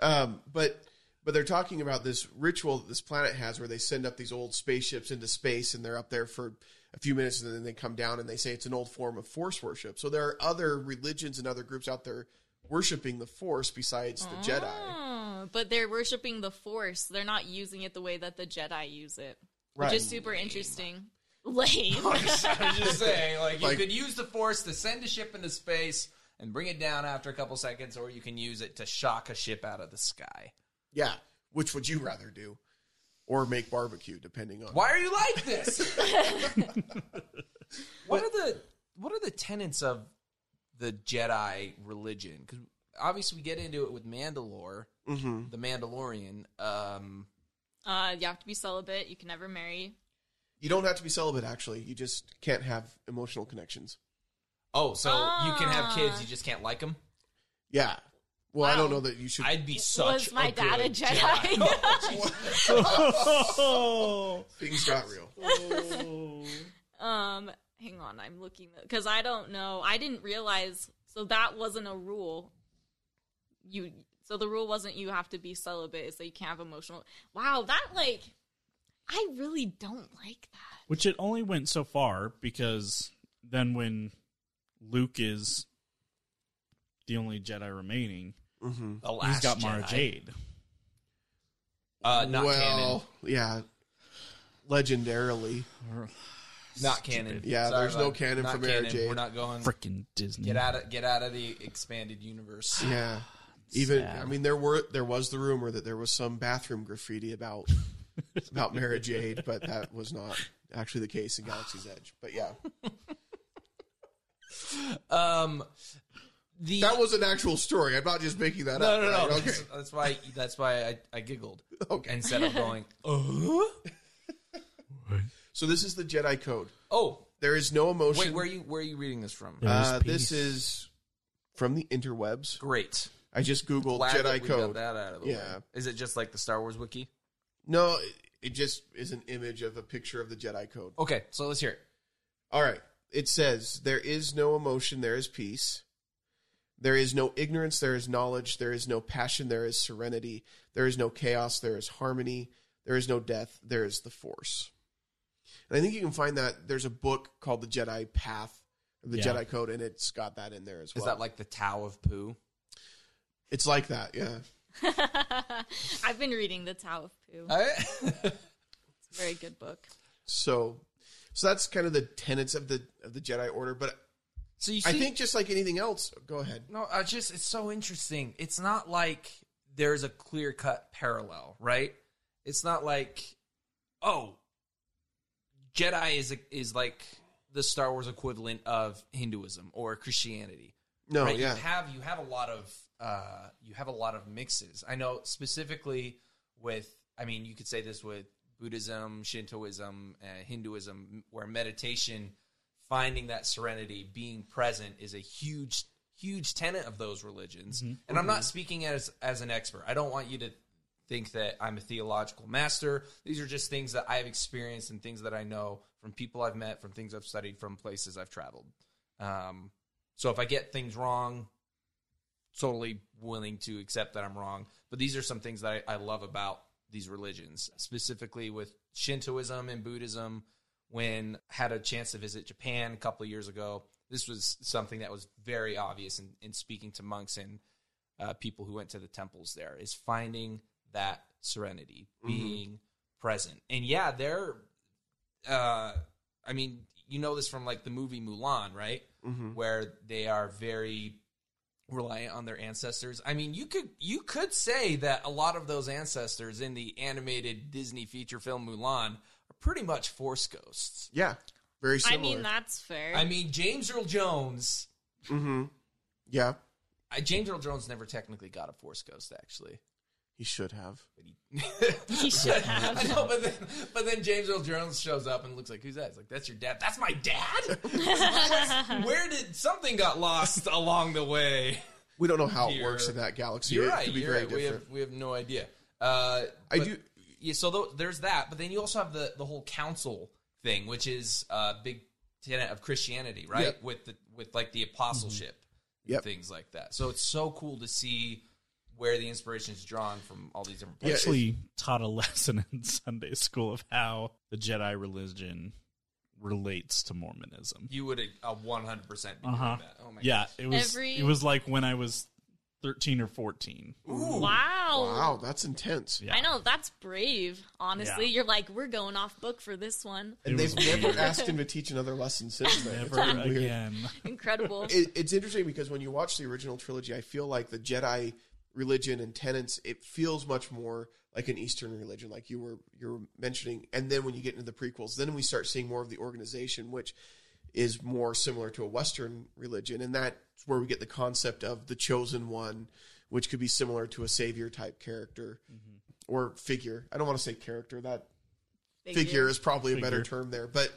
S2: Um, but but they're talking about this ritual that this planet has, where they send up these old spaceships into space, and they're up there for a few minutes, and then they come down, and they say it's an old form of force worship. So there are other religions and other groups out there worshiping the force besides the Jedi.
S4: Oh, but they're worshiping the Force. They're not using it the way that the Jedi use it,
S2: Right.
S4: which is super interesting. Lame.
S5: I was just saying, like,
S2: Like-
S5: you could use the force to send a ship into space and bring it down after a couple seconds, or you can use it to shock a ship out of the sky.
S2: Yeah. Which would you rather do? Or make barbecue, depending on.
S5: Why are you like this? what are the what are the tenets of the Jedi religion? Because obviously we get into it with Mandalore,
S2: Mhm.
S5: the Mandalorian. Um,
S4: uh, you have to be celibate. You can never marry.
S2: You don't have to be celibate, actually. You just can't have emotional connections.
S5: oh, so you can have kids,
S4: Ah.
S5: you just can't like them.
S2: Yeah. Well, I don't
S4: Wow.
S2: know that you should.
S5: I'd be such.
S4: Was my
S5: a
S4: dad
S5: good
S4: a Jedi?
S3: Oh.
S2: Things got real.
S4: Um, hang on, I'm looking because I don't know. I didn't realize so that wasn't a rule. You so the rule wasn't you have to be celibate. It's that you can't have emotional. Wow, that like I really don't like that.
S3: Which it only went so far because then when Luke is the only Jedi remaining,
S2: hmm
S5: The
S3: he's
S5: last
S3: got Mara
S5: Jedi.
S3: Jade.
S5: Uh, not canon.
S2: well, yeah. Legendarily.
S5: Not canon.
S2: Yeah, there's no
S5: bud.
S2: canon
S5: Not
S2: for Mara Jade.
S5: We're not going.
S3: Freaking Disney.
S5: Get out of get out of the expanded universe.
S2: Yeah. Even
S3: Sad.
S2: I mean there were there was the rumor that there was some bathroom graffiti about about Mara Jade, but that was not actually the case in Galaxy's Edge. But yeah.
S5: Um, the
S2: That was an actual story. I'm not just making that
S5: no
S2: up.
S5: no no.
S2: right? Okay.
S5: That's, that's why that's why I, I giggled
S2: Okay.
S5: instead of going. Uh?
S2: So this is the Jedi Code.
S5: Oh
S2: There is no emotion.
S5: wait, where are you where are you reading this from?
S2: uh, this is from the interwebs.
S5: Great.
S2: I just googled
S5: Glad that
S2: Jedi
S5: we got
S2: Code.
S5: that out of the
S2: Yeah.
S5: way. Is it just like the Star Wars wiki?
S2: No, it, it just is an image of a picture of the Jedi Code.
S5: Okay, so let's hear it.
S2: All right. It says there is no emotion, there is peace. There is no ignorance, there is knowledge. There is no passion, there is serenity. There is no chaos, there is harmony. There is no death, there is the force. And I think you can find that there's a book called The Jedi Path, The
S3: Yeah.
S2: Jedi Code, and it's got that in there as
S5: Is
S2: well.
S5: that like the Tao of Poo?
S2: It's like that, yeah.
S4: I've been reading the Tao of Pooh. It's a very good book.
S2: So, so that's kind of the tenets of the of the Jedi Order. But
S5: so you see,
S2: I think just like anything else, go ahead.
S5: No, I just it's so interesting. It's not like there's a clear cut parallel, right? It's not like oh, Jedi is is like the Star Wars equivalent of Hinduism or Christianity.
S2: No,
S5: right?
S2: yeah,
S5: You have you have a lot of uh, you have a lot of mixes. I know specifically with I mean you could say this with Buddhism, Shintoism, uh, Hinduism, where meditation, finding that serenity, being present is a huge huge tenet of those religions.
S2: Mm-hmm.
S5: And I'm not speaking as as an expert. I don't want you to think that I'm a theological master. These are just things that I've experienced and things that I know from people I've met, from things I've studied, from places I've traveled. Um, so if I get things wrong, totally willing to accept that I'm wrong. But these are some things that I, I love about these religions, specifically with Shintoism and Buddhism. When I had a chance to visit Japan a couple of years ago, this was something that was very obvious in, in speaking to monks and uh, people who went to the temples there is finding that serenity, being present. And yeah, they're, uh, I mean, you know this from like the movie Mulan, right? Where they are very reliant on their ancestors. I mean, you could you could say that a lot of those ancestors in the animated Disney feature film Mulan are pretty much force ghosts.
S2: yeah, very similar.
S4: I mean, that's fair.
S5: I mean, James Earl Jones,
S2: hmm Yeah,
S5: I, James Earl Jones never technically got a force ghost actually.
S2: he should have.
S4: he should have.
S5: I know, but then, but then James Earl Jones shows up and looks like, "Who's that?" It's like, "That's your dad." That's my dad. Where did something got lost along the way?
S2: We don't know how it
S5: You're-
S2: works in that galaxy.
S5: You're
S2: it
S5: right.
S2: could be
S5: you're
S2: very
S5: right. We have
S2: different.
S5: we have no idea. Uh,
S2: I
S5: but-
S2: do-
S5: Yeah. So tho- there's that, but then you also have the the whole council thing, which is a big tenet of Christianity, right?
S2: Yep. Mm-hmm.
S5: With the with like the apostleship, and
S2: Yep.
S5: things like that. So it's so cool to see where the inspiration is drawn from all these different.
S2: Yeah,
S5: places.
S3: actually taught a lesson in Sunday school of how the Jedi religion relates to Mormonism.
S5: You would a uh, one hundred percent be
S3: Uh-huh.
S5: doing that. Oh my
S3: yeah, it was
S4: Every-
S3: it was like when I was 13 or 14.
S4: Wow.
S2: Wow, that's intense.
S3: Yeah.
S4: I know that's brave. Honestly, you're like we're going off book for this one.
S2: And
S3: It
S2: they've
S3: was
S2: never
S3: weird.
S2: asked him to teach another lesson since then. It's
S3: Never
S2: really weird.
S3: again.
S4: Incredible.
S2: It, it's interesting because when you watch the original trilogy, I feel like the Jedi religion and tenets, it feels much more like an Eastern religion, like you were you were mentioning. And then when you get into the prequels, then we start seeing more of the organization, which is more similar to a Western religion, and that's where we get the concept of the chosen one, which could be similar to a savior type character or figure. I don't want to say character that figure is probably a better term there. But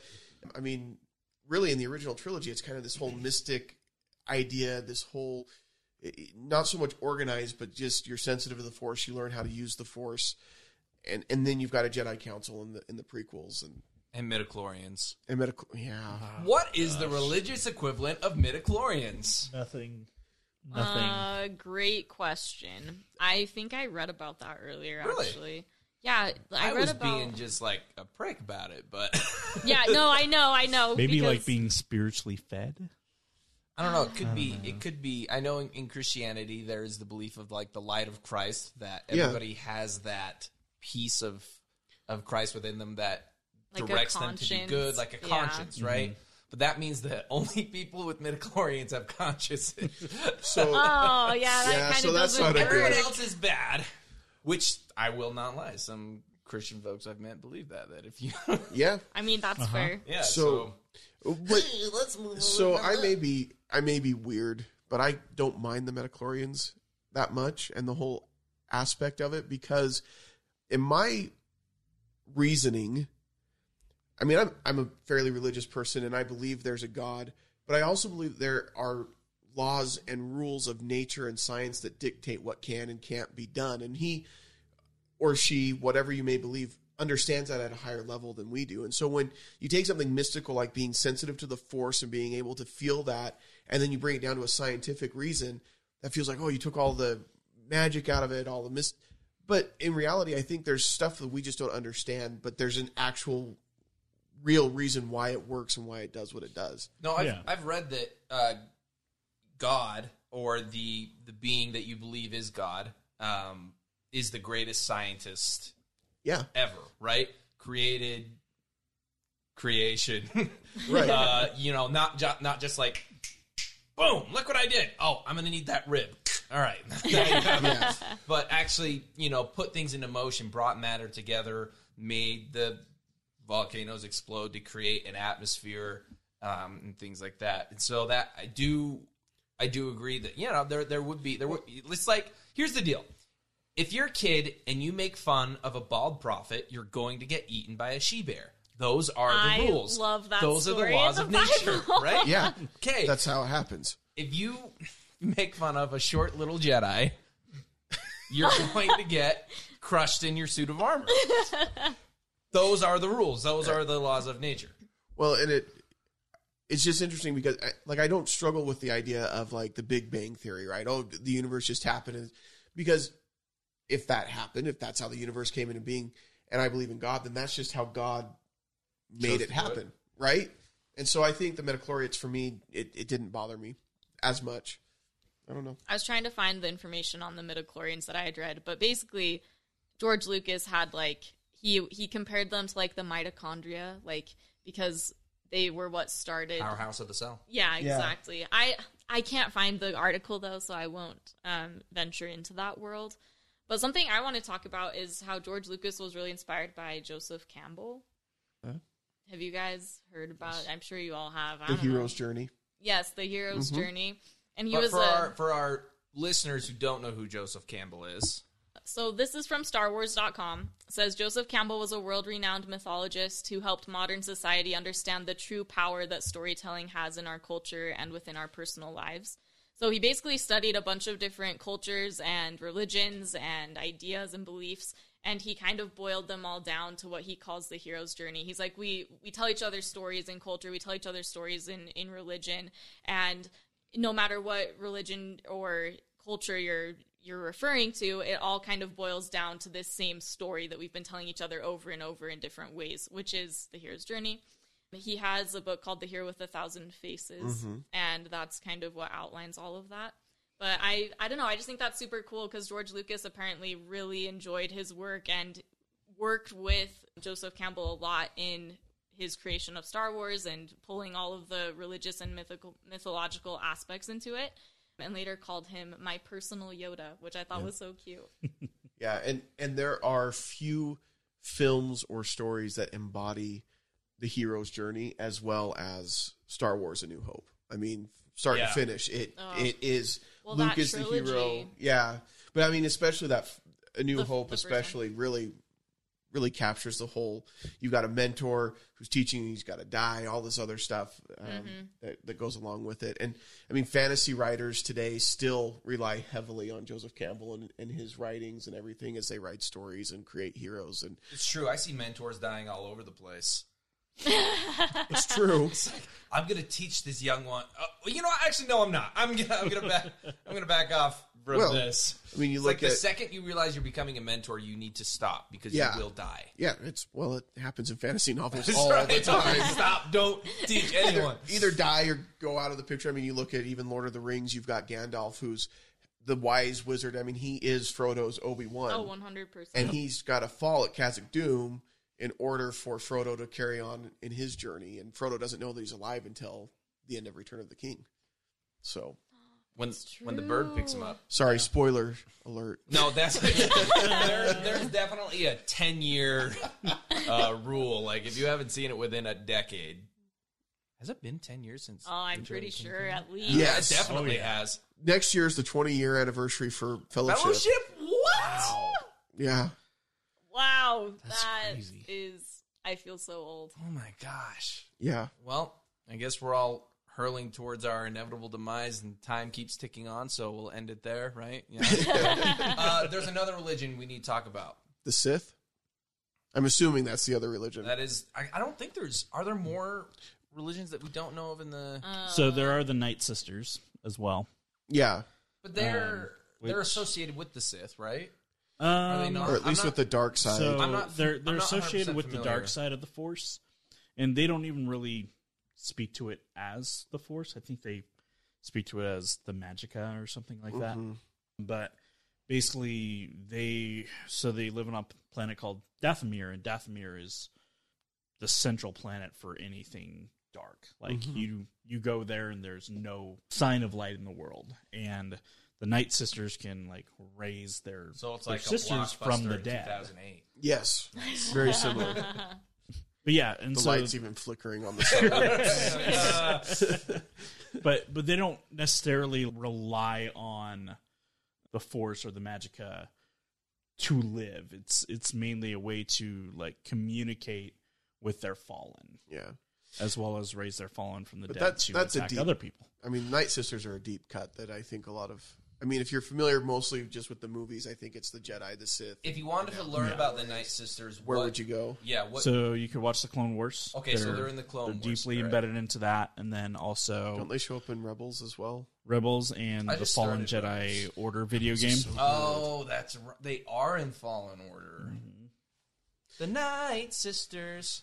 S2: I mean, really, in the original trilogy, it's kind of this whole mystic idea, this whole eh, not so much organized, but just you're sensitive to the force. You learn how to use the force, and and then you've got a Jedi Council in the in the prequels and
S5: and midichlorians.
S2: and medical. Yeah,
S5: What is the religious equivalent of midichlorians?
S3: Nothing. Nothing.
S4: Uh, great question. I think I read about that earlier.
S5: Really?
S4: Actually, yeah, I,
S5: I,
S4: read
S5: was
S4: about.
S5: being just like a prick about it, but
S4: yeah, no, I know, I know.
S3: Maybe like
S4: because-
S3: being spiritually fed.
S5: I don't know. It could be. It could be. I know in, in Christianity there is the belief of like the light of Christ that
S2: Yeah.
S5: everybody has that piece of of Christ within them that
S4: Like a
S5: directs them to do
S4: conscience.
S5: good, like a
S4: Yeah.
S5: conscience, right? But that means that only people with midichlorians have consciences.
S2: so.
S4: Oh yeah, that
S2: Yeah,
S4: kind
S2: so
S4: of
S2: that's
S4: goes
S2: not
S4: with
S2: a good-
S5: Everyone
S4: everything.
S5: else is bad, which I will not lie. Some Christian folks I've met believe that that if you
S2: yeah,
S4: I mean, that's
S3: Uh-huh.
S4: fair.
S5: yeah
S2: So-
S5: so,
S2: but
S5: let's move
S2: so I may be I may be weird, but I don't mind the metachlorians that much and the whole aspect of it because in my reasoning, I mean I'm I'm a fairly religious person and I believe there's a God, but I also believe there are laws and rules of nature and science that dictate what can and can't be done. And he or she, whatever you may believe, understands that at a higher level than we do. And so when you take something mystical like being sensitive to the force and being able to feel that, and then you bring it down to a scientific reason, that feels like, oh, you took all the magic out of it, all the mist. But in reality, I think there's stuff that we just don't understand, but there's an actual real reason why it works and why it does what it does.
S5: No, I've,
S3: Yeah.
S5: I've read that uh, God or the the being that you believe is God um, is the greatest scientist
S2: Yeah.
S5: ever. Right? Created creation.
S2: Right.
S5: uh, you know, not ju- not just like boom, look what I did. Oh, I'm gonna need that rib. All right. But actually, you know, put things into motion, brought matter together, made the volcanoes explode to create an atmosphere um, and things like that. And so that I do, I do agree that you know there there would be there would it's like here's the deal. If you're a kid and you make fun of a bald prophet, you're going to get eaten by a she bear. Those are the
S4: I
S5: rules.
S4: love that
S5: Those are
S4: story
S5: the
S4: in
S5: laws
S4: the
S5: of nature,
S4: Bible.
S5: right?
S2: Yeah.
S5: Okay.
S2: That's how it happens.
S5: if you make fun of a short little Jedi, you're going to get crushed in your suit of armor. Those are the rules. Those are the laws of nature.
S2: Well, and it it's just interesting because I, like I don't struggle with the idea of like the Big Bang theory, right? Oh, the universe just happened and- because if that happened, if that's how the universe came into being, and I believe in God, then that's just how God made
S5: Chose
S2: it
S5: to do it.
S2: happen, right? And so I think the metachlorians for me, it, it didn't bother me as much. I don't know.
S4: I was trying to find the information on the midichlorians that I had read, but basically George Lucas had like he he compared them to like the mitochondria, like because they were what started
S5: Our house of the cell.
S4: Yeah, exactly. I I can't find the article though, so I won't um, venture into that world. But something I want to talk about is how George Lucas was really inspired by Joseph Campbell. Have you guys heard about? I'm sure you all have. I
S2: The
S4: don't know.
S2: hero's journey.
S4: Yes, the hero's journey. And he
S5: Mm-hmm.
S4: was
S5: but for
S4: a,
S5: our for our listeners who don't know who Joseph Campbell is,
S4: So this is from StarWars.com. It says Joseph Campbell was a world-renowned mythologist who helped modern society understand the true power that storytelling has in our culture and within our personal lives. So he basically studied a bunch of different cultures and religions and ideas and beliefs and he kind of boiled them all down to what he calls the hero's journey. He's like we we tell each other stories in culture, we tell each other stories in in religion and no matter what religion or culture you're you're referring to, it all kind of boils down to this same story that we've been telling each other over and over in different ways, which is the hero's journey. He has a book called The Hero with a Thousand Faces, and that's kind of what outlines all of that. But I, I don't know. I just think that's super cool because George Lucas apparently really enjoyed his work and worked with Joseph Campbell a lot in his creation of Star Wars and pulling all of the religious and mythical mythological aspects into it. And later called him my personal Yoda, which I thought was so cute.
S2: Yeah, and and there are few films or stories that embody the hero's journey as well as Star Wars: A New Hope. I mean, start
S3: Yeah.
S2: to finish, it
S4: Oh.
S2: it is
S4: Well,
S2: Luke
S4: that
S2: is the hero.
S4: trilogy.
S2: Yeah, but I mean, especially that f- A New
S4: The-
S2: Hope,
S4: the first one.
S2: especially really really captures the whole. You've got a mentor who's teaching you. He's got to die. All this other stuff um,
S4: Mm-hmm.
S2: that that goes along with it. And I mean, fantasy writers today still rely heavily on Joseph Campbell and, and his writings and everything as they write stories and create heroes. And
S5: It's true. I see mentors dying all over the place.
S2: it's true.
S5: I'm gonna teach this young one. Uh, well, you know, what? actually, no, I'm not. I'm gonna, I'm gonna back, I'm gonna back off from
S2: Well,
S5: this.
S2: I mean, you
S5: It's
S2: look
S5: like the
S2: at
S5: second you realize you're becoming a mentor, you need to stop because
S2: Yeah.
S5: you will die.
S2: yeah, it's well, it happens in fantasy novels all the
S5: Right? Don't
S2: time.
S5: Stop! Don't teach anyone.
S2: either die or go out of the picture. I mean, you look at even Lord of the Rings, you've got Gandalf, who's the wise wizard. I mean, he is Frodo's Obi Wan.
S4: Oh, 100%.
S2: And he's got to fall at Khazak Doom in order for Frodo to carry on in his journey. And Frodo doesn't know that he's alive until the end of Return of the King. So,
S5: when when the bird picks him up.
S2: sorry, spoiler alert.
S5: No, that's there, there's definitely a ten year uh, rule. Like if you haven't seen it within a decade, has it been ten years since?
S4: oh, I'm
S5: Return of
S4: pretty
S5: the King
S4: sure
S5: came out?
S4: at least.
S5: Yeah,
S2: Yes.
S5: it definitely
S3: Oh, yeah.
S5: has.
S2: Next year is the 20 year anniversary for Fellowship.
S5: Fellowship? What?
S2: Yeah.
S4: Wow.
S5: That's
S4: That's
S5: crazy.
S4: I feel so old.
S5: Oh my gosh.
S2: Yeah.
S5: Well, I guess we're all hurling towards our inevitable demise, and time keeps ticking on. So we'll end it there, right? Yeah. uh, there's another religion we need to talk about.
S2: The Sith? I'm assuming that's the other religion.
S5: That is, I, I don't think there's. Are there more religions that we don't know of in the?
S3: So there are the Night Sisters as well.
S2: yeah.
S5: But they're
S3: Um,
S5: they're
S3: which-
S5: associated with the Sith, right?
S3: Um,
S5: Are they not?
S2: Or at
S5: I'm
S2: least
S5: not-
S2: with the dark side.
S3: So
S5: I'm not-
S3: they're
S5: I'm
S3: they're
S5: not 100%
S3: associated with the
S5: familiar.
S3: dark side of the Force, and they don't even really speak to it as the Force. I think they speak to it as the magica or something like that.
S2: Mm-hmm.
S3: But basically, they so they live on a planet called Dathomir, and Dathomir is the central planet for anything dark. Like
S2: Mm-hmm.
S3: you you go there, and there's no sign of light in the world, and the Night Sisters can like raise their
S5: So it's
S3: their
S5: like sisters from the dead. 2008.
S2: Yes, very similar.
S3: But yeah, and
S2: The
S3: so
S2: light's even flickering on the side.
S5: Uh,
S3: but but they don't necessarily rely on the force or the magica to live. It's it's mainly a way to like communicate with their fallen
S2: yeah,
S3: as well as raise their fallen from the
S2: But
S3: dead
S2: that's-
S3: to
S2: that's a
S3: attack
S2: deep-
S3: other people.
S2: I mean, Night Sisters are a deep cut that I think a lot of. I mean, if you're familiar mostly just with the movies, I think it's the Jedi, the Sith.
S5: if you wanted to learn about the Night Sisters,
S2: Where
S5: what-
S2: would you go?
S5: Yeah. What?
S3: So you could watch the Clone Wars.
S5: Okay, so they're in the Clone
S3: They're
S5: Wars,
S3: deeply
S5: all right.
S3: embedded into that, and then
S5: Oh.
S3: also
S2: Don't they show up in Rebels as well?
S3: Rebels and
S5: I
S3: the
S5: just
S3: Fallen
S5: started
S3: Jedi Order video game.
S5: oh, that's right. They are in Fallen Order. The Night Sisters.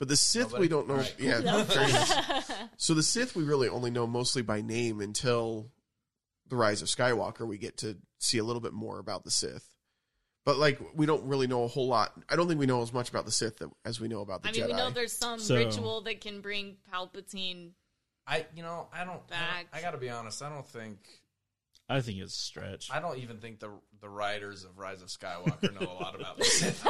S2: But the Sith,
S5: Nobody-
S2: we don't know.
S5: Alright, cool.
S2: Yeah. fair enough. so the Sith, we really only know mostly by name until the Rise of Skywalker. We get to see a little bit more about the Sith. But like, we don't really know a whole lot. I don't think we know as much about the Sith that- as we know about the
S4: I mean,
S2: Jedi.
S4: we know there's some
S3: So-
S4: ritual that can bring Palpatine.
S5: I you know I don't I,
S4: Back.
S5: don't- I gotta be honest I don't think
S3: I think it's a stretch.
S5: I don't even think the the writers of Rise of Skywalker know a lot about the Sith.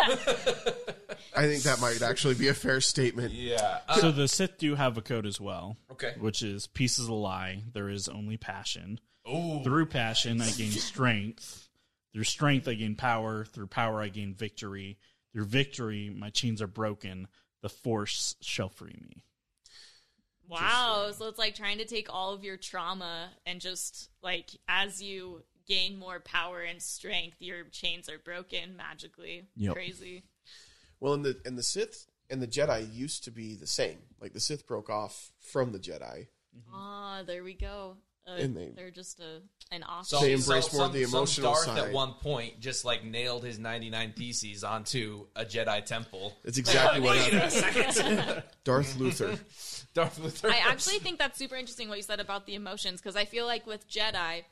S2: I think that might actually be a fair statement.
S5: yeah. Uh,
S3: so the Sith do have a code as well.
S5: okay.
S3: which is peace is a lie. There is only passion.
S5: Oh.
S3: Through passion, I gain strength. Through strength, I gain power. Through power, I gain victory. Through victory, my chains are broken. The force shall free me.
S4: Wow. So it's like trying to take all of your trauma and just like as you gain more power and strength, your chains are broken magically.
S3: Yep.
S4: Crazy.
S2: Well, and the and the Sith and the Jedi used to be the same. Like the Sith broke off from the Jedi.
S4: Ah, there we go. Uh,
S2: And they-
S4: are just a an
S5: So,
S4: offshoot.
S2: They embrace
S5: so
S2: more
S5: some,
S2: the emotional
S5: some Darth
S2: side.
S5: at one point just like nailed his 99 theses onto a Jedi temple.
S2: That's exactly what
S5: Wait
S2: happened.
S5: a second.
S2: Darth Luther.
S5: Darth Luther.
S4: I actually think that's super interesting what you said about the emotions because I feel like with Jedi,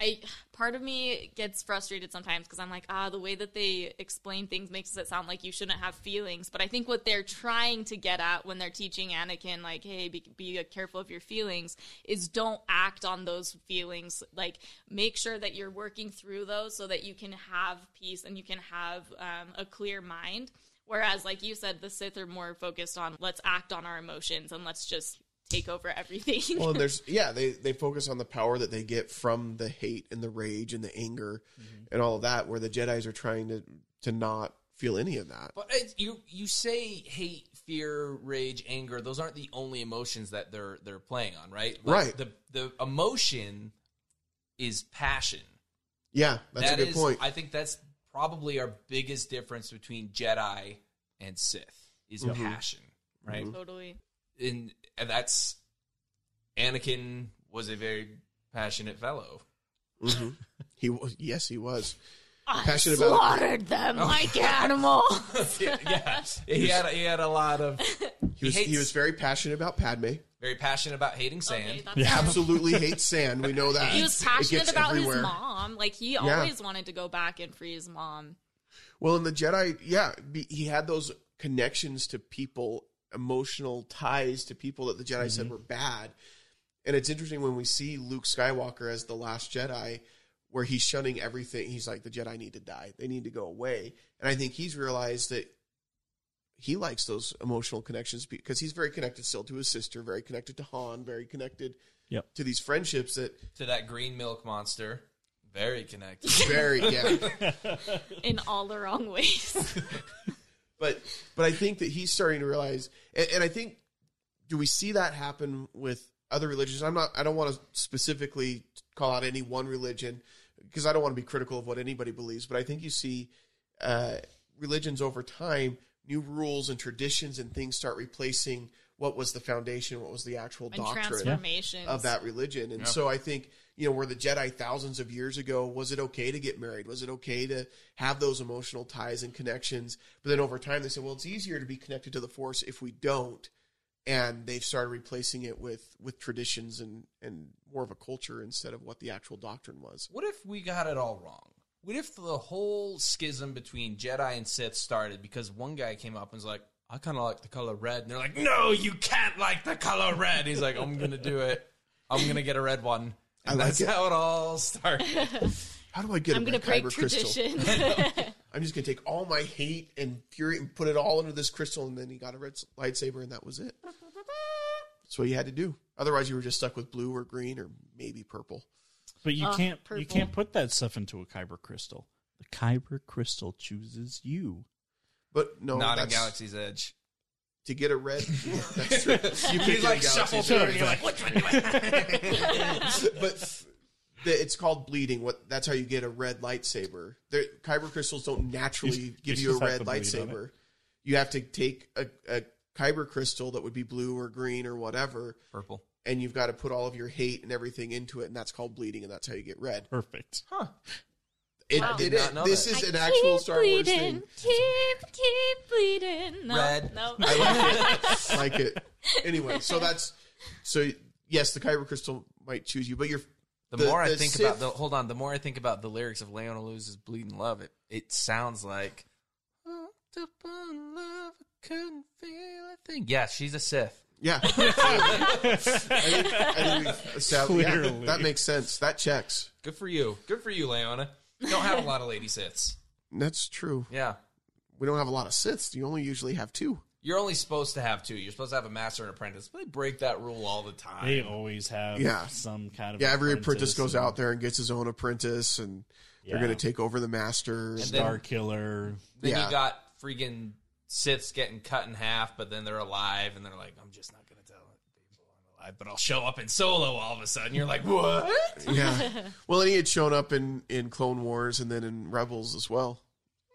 S4: I part of me gets frustrated sometimes because I'm like, ah, the way that they explain things makes it sound like you shouldn't have feelings. But I think what they're trying to get at when they're teaching Anakin, like, hey, be, be careful of your feelings, is don't act on those feelings. Like, make sure that you're working through those so that you can have peace and you can have um, a clear mind. Whereas, like you said, the Sith are more focused on let's act on our emotions and let's just take over everything.
S2: well, and there's yeah, they they focus on the power that they get from the hate and the rage and the anger and all of that, where the Jedi's are trying to to not feel any of that.
S5: But it, you you say hate, fear, rage, anger. Those aren't the only emotions that they're they're playing on, right?
S2: Right.
S5: The the emotion is passion.
S2: Yeah, that's
S5: That
S2: a good
S5: is-
S2: point.
S5: I think that's probably our biggest difference between Jedi and Sith is
S2: Mm-hmm.
S5: passion, right?
S4: totally.
S5: And, and that's Anakin was a very passionate fellow.
S2: he was yes, he was.
S4: I
S2: Passionate about- Oh.
S4: slaughtered them like animals.
S5: yeah, yeah. he had he had a lot of
S2: He was
S5: hates-
S2: he was very passionate about Padme.
S5: very passionate about hating sand.
S4: Okay, that's
S3: Yeah.
S2: Absolutely hates sand. We know that
S4: He was
S2: It
S4: passionate
S2: gets
S4: about
S2: everywhere.
S4: his mom. Like he always wanted to go back and free his mom.
S2: Well, in the Jedi, yeah, be, he had those connections to people, emotional ties to people that the Jedi said were bad. And it's interesting when we see Luke Skywalker as the last Jedi, where he's shunning everything. He's like, the Jedi need to die. They need to go away. And I think he's realized that he likes those emotional connections because he's very connected still to his sister, very connected to Han, very connected
S3: Yep.
S2: to these friendships that
S5: to that green milk monster. Very connected.
S2: very, yeah.
S4: In all the wrong ways.
S2: but but I think that he's starting to realize, and, and I think do we see that happen with other religions? I'm not. I don't want to specifically call out any one religion because I don't want to be critical of what anybody believes. But I think you see uh, religions over time, new rules and traditions and things start replacing what was the foundation, what was the actual
S4: and
S2: doctrine
S4: transformations.
S2: of that religion. And so I think, you know, where the Jedi thousands of years ago, was it okay to get married? Was it okay to have those emotional ties and connections? But then over time they said, well, it's easier to be connected to the force if we don't. And they've started replacing it with with traditions and and more of a culture instead of what the actual doctrine was.
S5: What if we got it all wrong? What if the whole schism between Jedi and Sith started because one guy came up and was like, I kind of like the color red. And they're like, no, you can't like the color red. He's like, I'm going to do it. I'm going to get a red one.
S2: I
S5: And
S2: like
S5: that's
S2: it.
S5: how it all started.
S2: How do I get
S4: I'm
S2: a
S4: gonna
S2: red
S4: break
S2: kyber crystal?
S4: tradition.
S2: I'm just gonna take all my hate and fury and put it all into this crystal, and then he got a red s- lightsaber, and that was it. That's what you had to do. Otherwise, you were just stuck with blue or green or maybe purple.
S3: But you
S4: Oh,
S3: can't
S4: purple.
S3: you can't put that stuff into a kyber crystal. The kyber crystal chooses you.
S2: But no,
S5: Not in
S2: that's-
S5: Galaxy's Edge.
S2: To get a red, that's true. You
S5: He's
S2: could
S5: like,
S2: like
S5: shuffle
S2: Galaxy's
S5: through
S2: Edge,
S5: it. You're like, which one do I
S2: but the, it's called bleeding. What? That's how you get a red lightsaber. The kyber crystals don't naturally
S3: You-
S2: give
S3: you
S2: you a
S3: just have
S2: red
S3: to bleed on
S2: lightsaber. You have to take a, a kyber crystal that would be blue or green or whatever,
S5: Purple.
S2: and you've got to put all of your hate and everything into it, and that's called bleeding, and that's how you get red.
S3: Perfect.
S2: It,
S4: Wow.
S2: it-
S5: I did not know
S2: this
S5: that.
S2: is
S4: I
S2: an actual
S4: keep
S2: Star Wars
S4: bleeding,
S2: thing.
S4: Keep, keep bleeding. No,
S5: Red.
S4: no.
S2: I like it. like it. Anyway, so that's so yes, the kyber crystal might choose you, but you're
S5: The,
S2: The-
S5: more I
S2: the
S5: think
S2: Sith-
S5: about the hold on, the more I think about the lyrics of Leona Loses Bleeding Love, it it sounds like "Hooked up on love, I couldn't feel a thing. Yeah, she's a Sith.
S2: yeah. I think, I think we've established- yeah,
S3: Clearly.
S2: that makes sense. That checks.
S5: Good for you. Good for you, Leona. You don't have a lot of lady Siths.
S2: That's true.
S5: Yeah.
S2: We don't have a lot of Siths. You only usually have two.
S5: You're only supposed to have two. You're supposed to have a master and apprentice. They break that rule all the time.
S3: They always have
S2: Yeah.
S3: some kind of
S2: Yeah, every apprentice goes
S3: and
S2: out there and gets his own apprentice, and they're
S3: Yeah.
S2: going to take over the master.
S5: And
S3: Star killer.
S5: then
S2: yeah.
S5: you got freaking Siths getting cut in half, but then they're alive and they're like, I'm just not gonna tell people I'm alive, but I'll show up in solo all of a sudden. You're like, What?
S2: yeah. Well, and he had shown up in in Clone Wars and then in Rebels as well.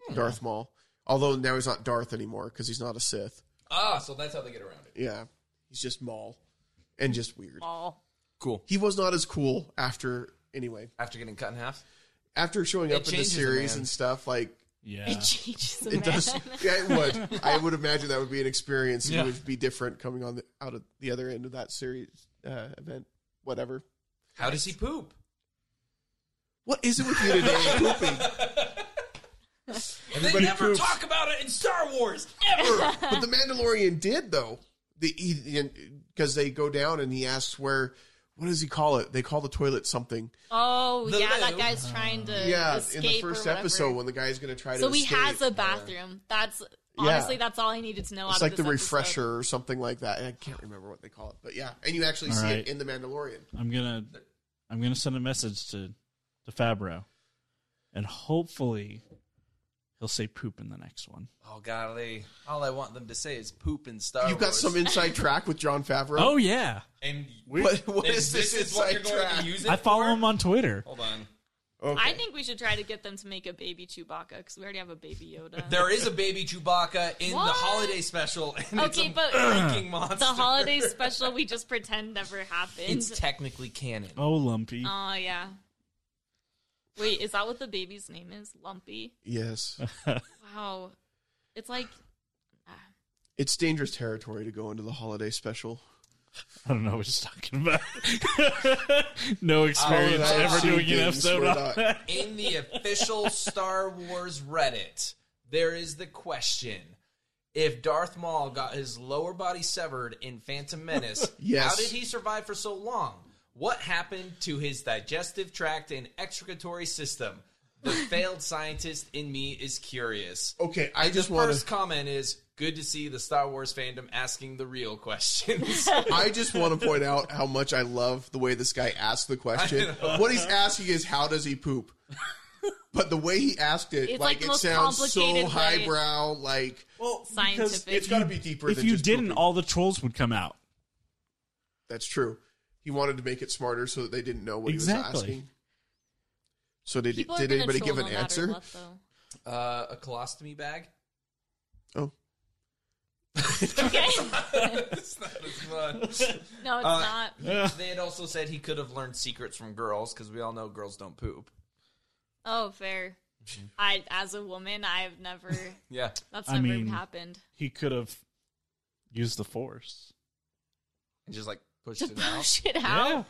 S5: Hmm.
S2: Darth Maul. Although now he's not Darth anymore because he's not a Sith.
S5: Ah, so that's how they get around it.
S2: Yeah, he's just Maul, and just weird.
S4: All.
S5: Cool.
S2: He was not as cool after anyway.
S5: After getting cut in half?
S2: After showing
S5: It
S2: up in the
S5: changes a
S2: series
S5: man.
S2: and stuff, like
S3: Yeah.
S4: It changes a
S2: it
S4: man.
S2: does. Yeah, it would. I would imagine that would be an experience.
S5: Yeah.
S2: It would be different coming on the, out of the other end of that series uh, event. Whatever.
S5: How does he poop?
S2: What is it with you today? Pooping.
S5: they never talk about it in Star Wars ever.
S2: But the Mandalorian did though. The because they go down and he asks where. What does he call it? They call the toilet something.
S4: Oh
S5: The
S4: yeah, that
S5: loo.
S4: guy's trying to
S2: yeah, in
S4: escape
S2: the
S4: or
S2: first
S4: whatever.
S2: episode when the guy's going to try to.
S4: so he
S2: escape.
S4: has a bathroom. That's honestly that's all I needed to know.
S2: It's
S4: out of
S2: like the
S4: this episode.
S2: refresher or something like that. And I can't remember what they call it, but yeah, and you actually
S3: All
S2: see
S3: right.
S2: it in the Mandalorian.
S3: I'm gonna I'm gonna send a message to to Fabro, and hopefully he'll say poop in the next one.
S5: oh golly, all I want them to say is poop in Star
S2: You
S5: Wars.
S2: got some inside track with John Favreau.
S3: Oh yeah,
S5: and
S2: What- what
S5: and
S2: is this
S5: is what you're
S2: inside
S5: going
S2: track?
S5: to use it
S3: I follow
S5: for?
S3: him on Twitter.
S5: Hold on.
S3: Oh,
S2: okay.
S4: I think we should try to get them to make a baby Chewbacca because we already have a baby Yoda.
S5: There is a baby Chewbacca in the
S4: What?
S5: holiday special, and it's
S4: Okay,
S5: a
S4: but-
S5: freaking monster.
S4: the holiday special we just pretend never happened.
S5: It's technically canon.
S3: Oh lumpy.
S4: oh yeah. Wait, is that what the baby's name is? Lumpy.
S2: yes,
S4: Wow, it's like
S2: it's dangerous territory to go into the holiday special.
S3: I don't know what he's talking about.
S2: Oh,
S3: no experience
S2: I've
S3: ever
S2: seen
S3: doing an
S2: things
S3: episode
S2: where
S3: on
S2: that-
S3: that.
S5: In the official Star Wars Reddit, there is the question. If Darth Maul got his lower body severed in Phantom Menace,
S2: Yes.
S5: how did he survive for so long? What happened to his digestive tract and excretory system? The failed scientist in me is curious.
S2: Okay, I just
S5: the
S2: want
S5: first
S2: to.
S5: comment is good to see the Star Wars fandom asking the real questions.
S2: I just want to point out how much I love the way this guy asked the question. What he's asking is how does he poop, but the way he asked it,
S4: It's like
S2: like,
S4: the
S2: it
S4: most
S2: sounds so
S4: complicated way.
S2: highbrow. Like
S3: Well,
S4: Scientific.
S2: it's got to be deeper.
S3: if
S2: than
S3: you
S2: just
S3: didn't,
S2: pooping.
S3: all the trolls would come out.
S2: That's true. He wanted to make it smarter so that they didn't know what he was
S3: Exactly.
S2: asking. So did
S4: people are
S2: did
S4: gonna
S2: anybody
S4: troll
S2: give an
S4: no matter
S2: answer?
S4: what, though.
S5: uh, a colostomy bag?
S2: Oh,
S4: Okay,
S5: That's not as much.
S4: no, it's
S5: Uh,
S4: not.
S5: They had also said he could have learned secrets from girls because we all know girls don't poop.
S4: Oh, fair. I, as a woman, I've never.
S5: Yeah.
S4: That's
S3: I
S4: never
S3: mean-
S4: happened.
S3: He could have used the force.
S5: And just like pushed
S4: To
S5: it out.
S4: push it out.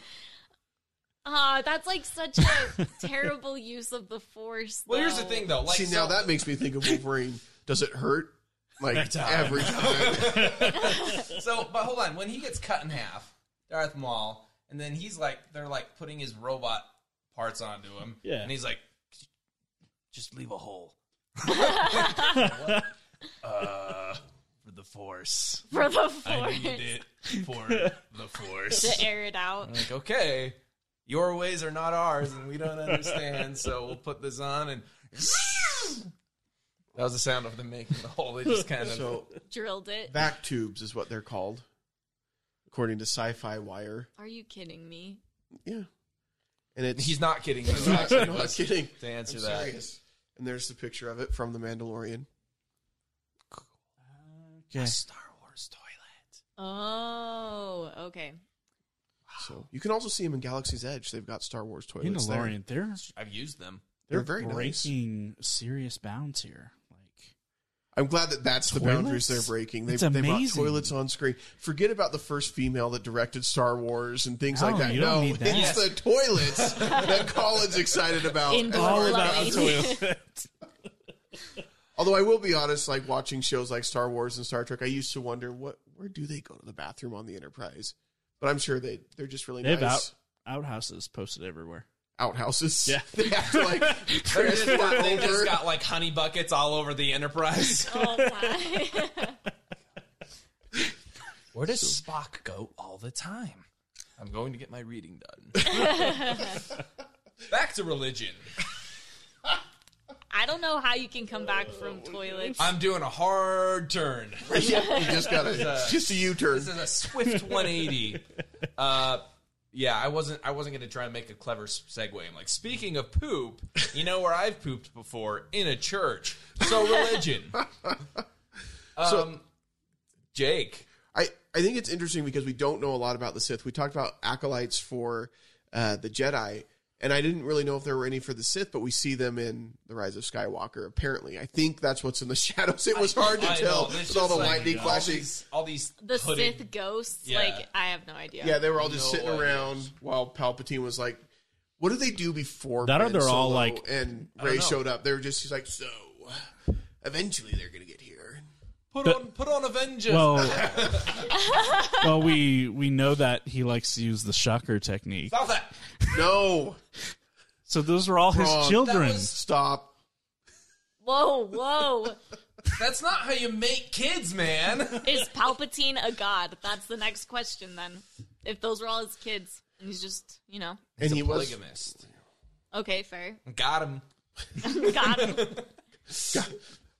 S4: Ah, that's like such a terrible use of the force.
S5: Well, here's the
S4: though.
S5: thing though. Like,
S2: see now
S5: so-
S2: that makes me think of Wolverine. Does it hurt? Like every time.
S5: So, but hold on. When he gets cut in half, Darth Maul, and then he's like, they're like putting his robot parts onto him.
S3: Yeah.
S5: And he's like, just leave a hole. What? Uh, for the Force.
S4: for the
S5: I
S4: force
S5: need it for the Force.
S4: to air it out.
S5: like, okay, your ways are not ours, and we don't understand, so we'll put this on and. That was the sound of them making the hole. They just kind of.
S2: So
S4: Drilled it.
S2: vac tubes is what they're called, according to Sci-Fi Wire.
S4: Are you kidding me?
S2: Yeah, and it's
S5: he's not kidding. He's
S2: I'm
S5: actually
S2: not
S5: was-
S2: kidding.
S5: To answer
S2: I'm
S5: that.
S2: serious. And there's the picture of it from The Mandalorian.
S3: Okay.
S5: Star Wars toilet.
S4: Oh, okay.
S2: So you can also see him in Galaxy's Edge. They've got Star Wars toilets. there.
S3: Mandalorian, they're
S5: I've used them.
S2: They're
S3: they're,
S2: very nice.
S3: breaking serious bounds here. Like
S2: I'm glad that that's the
S3: Toilets?
S2: boundaries they're breaking. They,
S3: It's
S2: they brought
S3: amazing.
S2: toilets on screen. Forget about the first female that directed Star Wars and things like
S3: No,
S2: that.
S3: you
S2: no,
S3: don't need that.
S2: it's the toilets that Colin's excited about.
S4: In
S2: as
S4: All
S2: far as-
S4: about the
S3: toilet.
S2: Although I will be honest, like watching shows like Star Wars and Star Trek, I used to wonder what where do they go to the bathroom on the Enterprise? But I'm sure they they're just really
S3: they have
S2: nice.
S3: out, outhouses posted everywhere.
S2: outhouses.
S3: Yeah.
S2: they have to like
S5: They just,
S2: transport
S5: got, they just
S2: over.
S5: got like honey buckets all over the Enterprise.
S4: Oh my.
S5: Where does Spock go all the time? I'm going to get my reading done. Back to religion.
S4: I don't know how you can come back from
S5: Oh,
S4: toilets.
S5: I'm doing a hard turn.
S2: yeah, you just got a just a U-turn.
S5: This is a swift 180. Uh, yeah, I wasn't. I wasn't going to try and make a clever s- segue. I'm like, speaking of poop, you know where I've pooped before in a church. So religion. Um, Jake,
S2: I, I think it's interesting because we don't know a lot about the Sith. We talked about acolytes for uh, the Jedi, and I didn't really know if there were any for the Sith, but we see them in The Rise of Skywalker, apparently. I think that's what's in the shadows. It was hard to
S5: I know,
S2: tell
S5: it's
S2: with
S5: just
S2: all the
S5: like,
S2: lightning
S5: all
S2: flashing.
S5: these- all these
S4: the
S5: hooded-
S4: Sith ghosts,
S5: Yeah.
S4: like I have no idea.
S2: Yeah, they were all just
S5: No
S2: sitting
S5: idea.
S2: around while Palpatine was like, What did they do before
S3: That or
S2: Ben
S3: they're all,
S2: Solo
S3: like-
S2: and Ray
S5: know.
S2: showed up? They were just he's like, so eventually they're gonna get here.
S5: Put
S3: But-
S5: on put on Avengers.
S3: Well, well, we we know that he likes to use the shocker technique.
S5: Stop that.
S2: No,
S3: So those were all his
S2: Wrong.
S3: children.
S5: That was-
S2: stop.
S4: Whoa, whoa.
S5: That's not how you make kids, man.
S4: Is Palpatine a god? That's the next question then. If those were all his kids, and he's just, you know,
S2: And he was
S5: polygamist.
S4: okay, fair.
S5: Got him.
S4: Got him.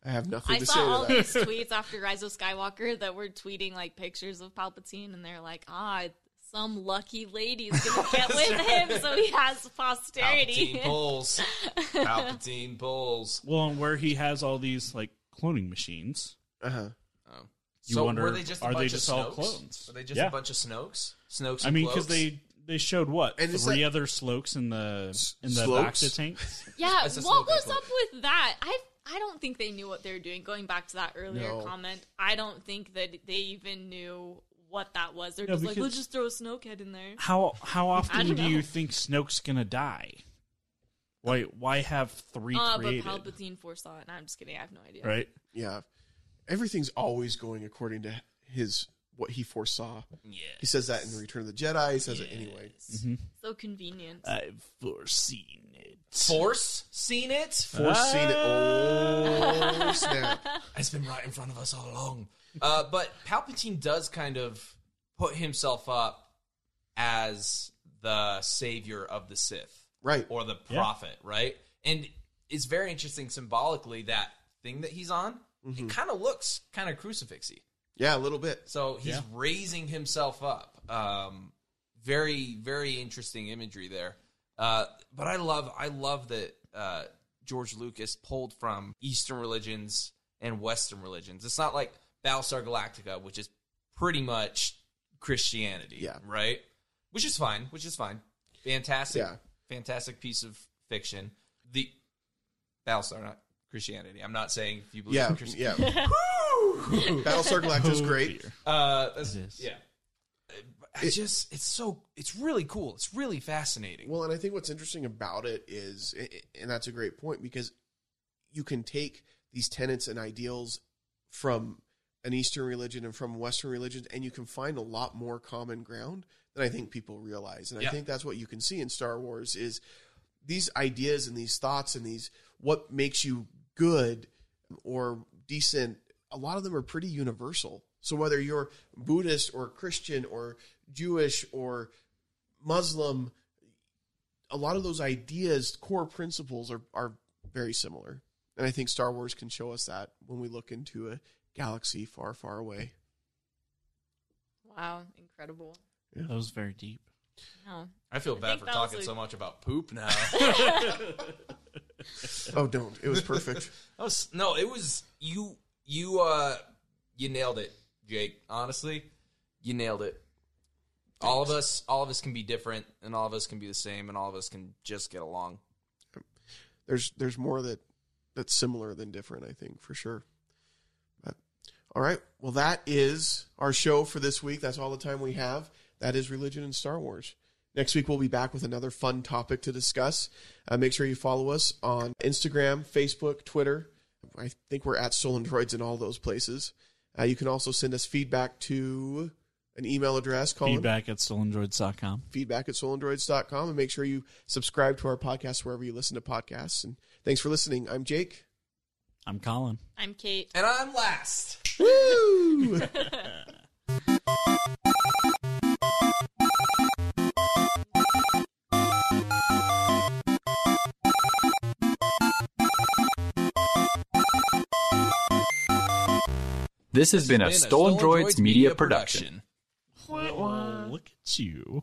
S2: I have nothing
S4: I
S2: to say
S4: saw all
S2: to that.
S4: these tweets after Rise of Skywalker that were tweeting like pictures of Palpatine, and they're like, ah, some lucky lady's gonna get with him, so he has posterity.
S5: Palpatine bulls. Palpatine bulls.
S3: Well, and where he has all these like cloning machines.
S2: Uh-huh.
S3: You
S5: so
S3: wonder,
S5: were they just a
S3: are
S5: bunch
S3: they
S5: of
S3: just
S5: Snokes?
S3: all clones?
S5: Were they just
S3: Yeah.
S5: a bunch of Snokes? Snokes. And
S3: I mean, because
S5: Cloaks?
S3: they they showed what
S2: And it's
S3: three
S2: like-
S3: other slokes in the in the
S2: Slokes?
S3: Bacta tanks.
S4: Yeah,
S5: That's a
S4: what
S5: slogan
S4: was
S5: quote.
S4: up with that? I I don't think they knew what they were doing. Going back to that earlier
S2: No.
S4: comment, I don't think that they even knew what that was. They're
S3: No,
S4: just like,
S3: because-
S4: let's just throw a Snokehead in there.
S3: How how often do
S4: don't know.
S3: you think Snoke's gonna die? Why why have three
S4: Uh, but
S3: created?
S4: Palpatine foresaw it. And I'm just kidding. I have no idea.
S3: Right.
S2: Yeah, everything's always going according to his what he foresaw.
S5: Yeah.
S2: He says that in Return of the Jedi. He says it anyway.
S4: So convenient.
S3: I've foreseen it.
S5: Force seen it.
S2: Foreseen it.
S4: Ah.
S2: Oh snap!
S5: It's been right in front of us all along. Uh, but Palpatine does kind of put himself up as the savior of the Sith
S2: Right.
S5: or the
S3: Yeah.
S5: prophet, right? And it's very interesting symbolically that thing that he's on.
S3: Mm-hmm.
S5: It kind of looks kind of crucifixy.
S2: Yeah, a little bit.
S5: So he's
S3: Yeah.
S5: raising himself up. Um, very, very interesting imagery there. Uh, but I love, I love that uh, George Lucas pulled from Eastern religions and Western religions. It's not like Battlestar Galactica, which is pretty much Christianity,
S2: Yeah.
S5: right? Which is fine. Which is fine. Fantastic,
S2: Yeah.
S5: fantastic piece of fiction. The Battlestar, not Christianity. I'm not saying if you believe
S2: Yeah,
S5: in Christianity.
S2: yeah. Battlestar Galactica
S3: Oh,
S2: is great.
S5: Uh, that's,
S3: It is.
S5: yeah. I just, it's so, it's really cool. It's really fascinating.
S2: Well, and I think what's interesting about it is, and that's a great point because you can take these tenets and ideals from an Eastern religion and from Western religions, and you can find a lot more common ground than I think people realize. And
S5: Yeah.
S2: I think that's what you can see in Star Wars is these ideas and these thoughts and these what makes you good or decent. A lot of them are pretty universal. So whether you're Buddhist or Christian or Jewish or Muslim, a lot of those ideas, core principles are, are very similar. And I think Star Wars can show us that when we look into a galaxy far, far away.
S4: Wow, incredible.
S3: That was very deep.
S4: No.
S5: I feel
S4: think
S5: bad for
S4: that was
S5: talking
S4: a-
S5: so much about poop now.
S2: Oh, don't. It was perfect.
S5: That was- no, it was, you, you, uh, you nailed it, Jake. Honestly, you nailed it. All of us, all of us can be different and all of us can be the same and all of us can just get along.
S2: there's there's more that that's similar than different, I think, for sure. But, all right. Well, that is our show for this week. That's all the time we have. That is religion and Star Wars. Next week, we'll be back with another fun topic to discuss. Uh, make sure you follow us on Instagram, Facebook, Twitter. I think we're at Stolen Droids in all those places. Uh, you can also send us feedback to an email address. Colin?
S3: Feedback at stolendroids.com.
S2: feedback at soulandroids.com and make sure you subscribe to our podcast wherever you listen to podcasts. And thanks for listening. I'm Jake.
S3: I'm Colin.
S4: I'm Kate.
S5: And I'm last.
S2: Woo!
S6: This has been a
S5: Been
S6: Stolen Droids media production.
S3: Oh, look at you.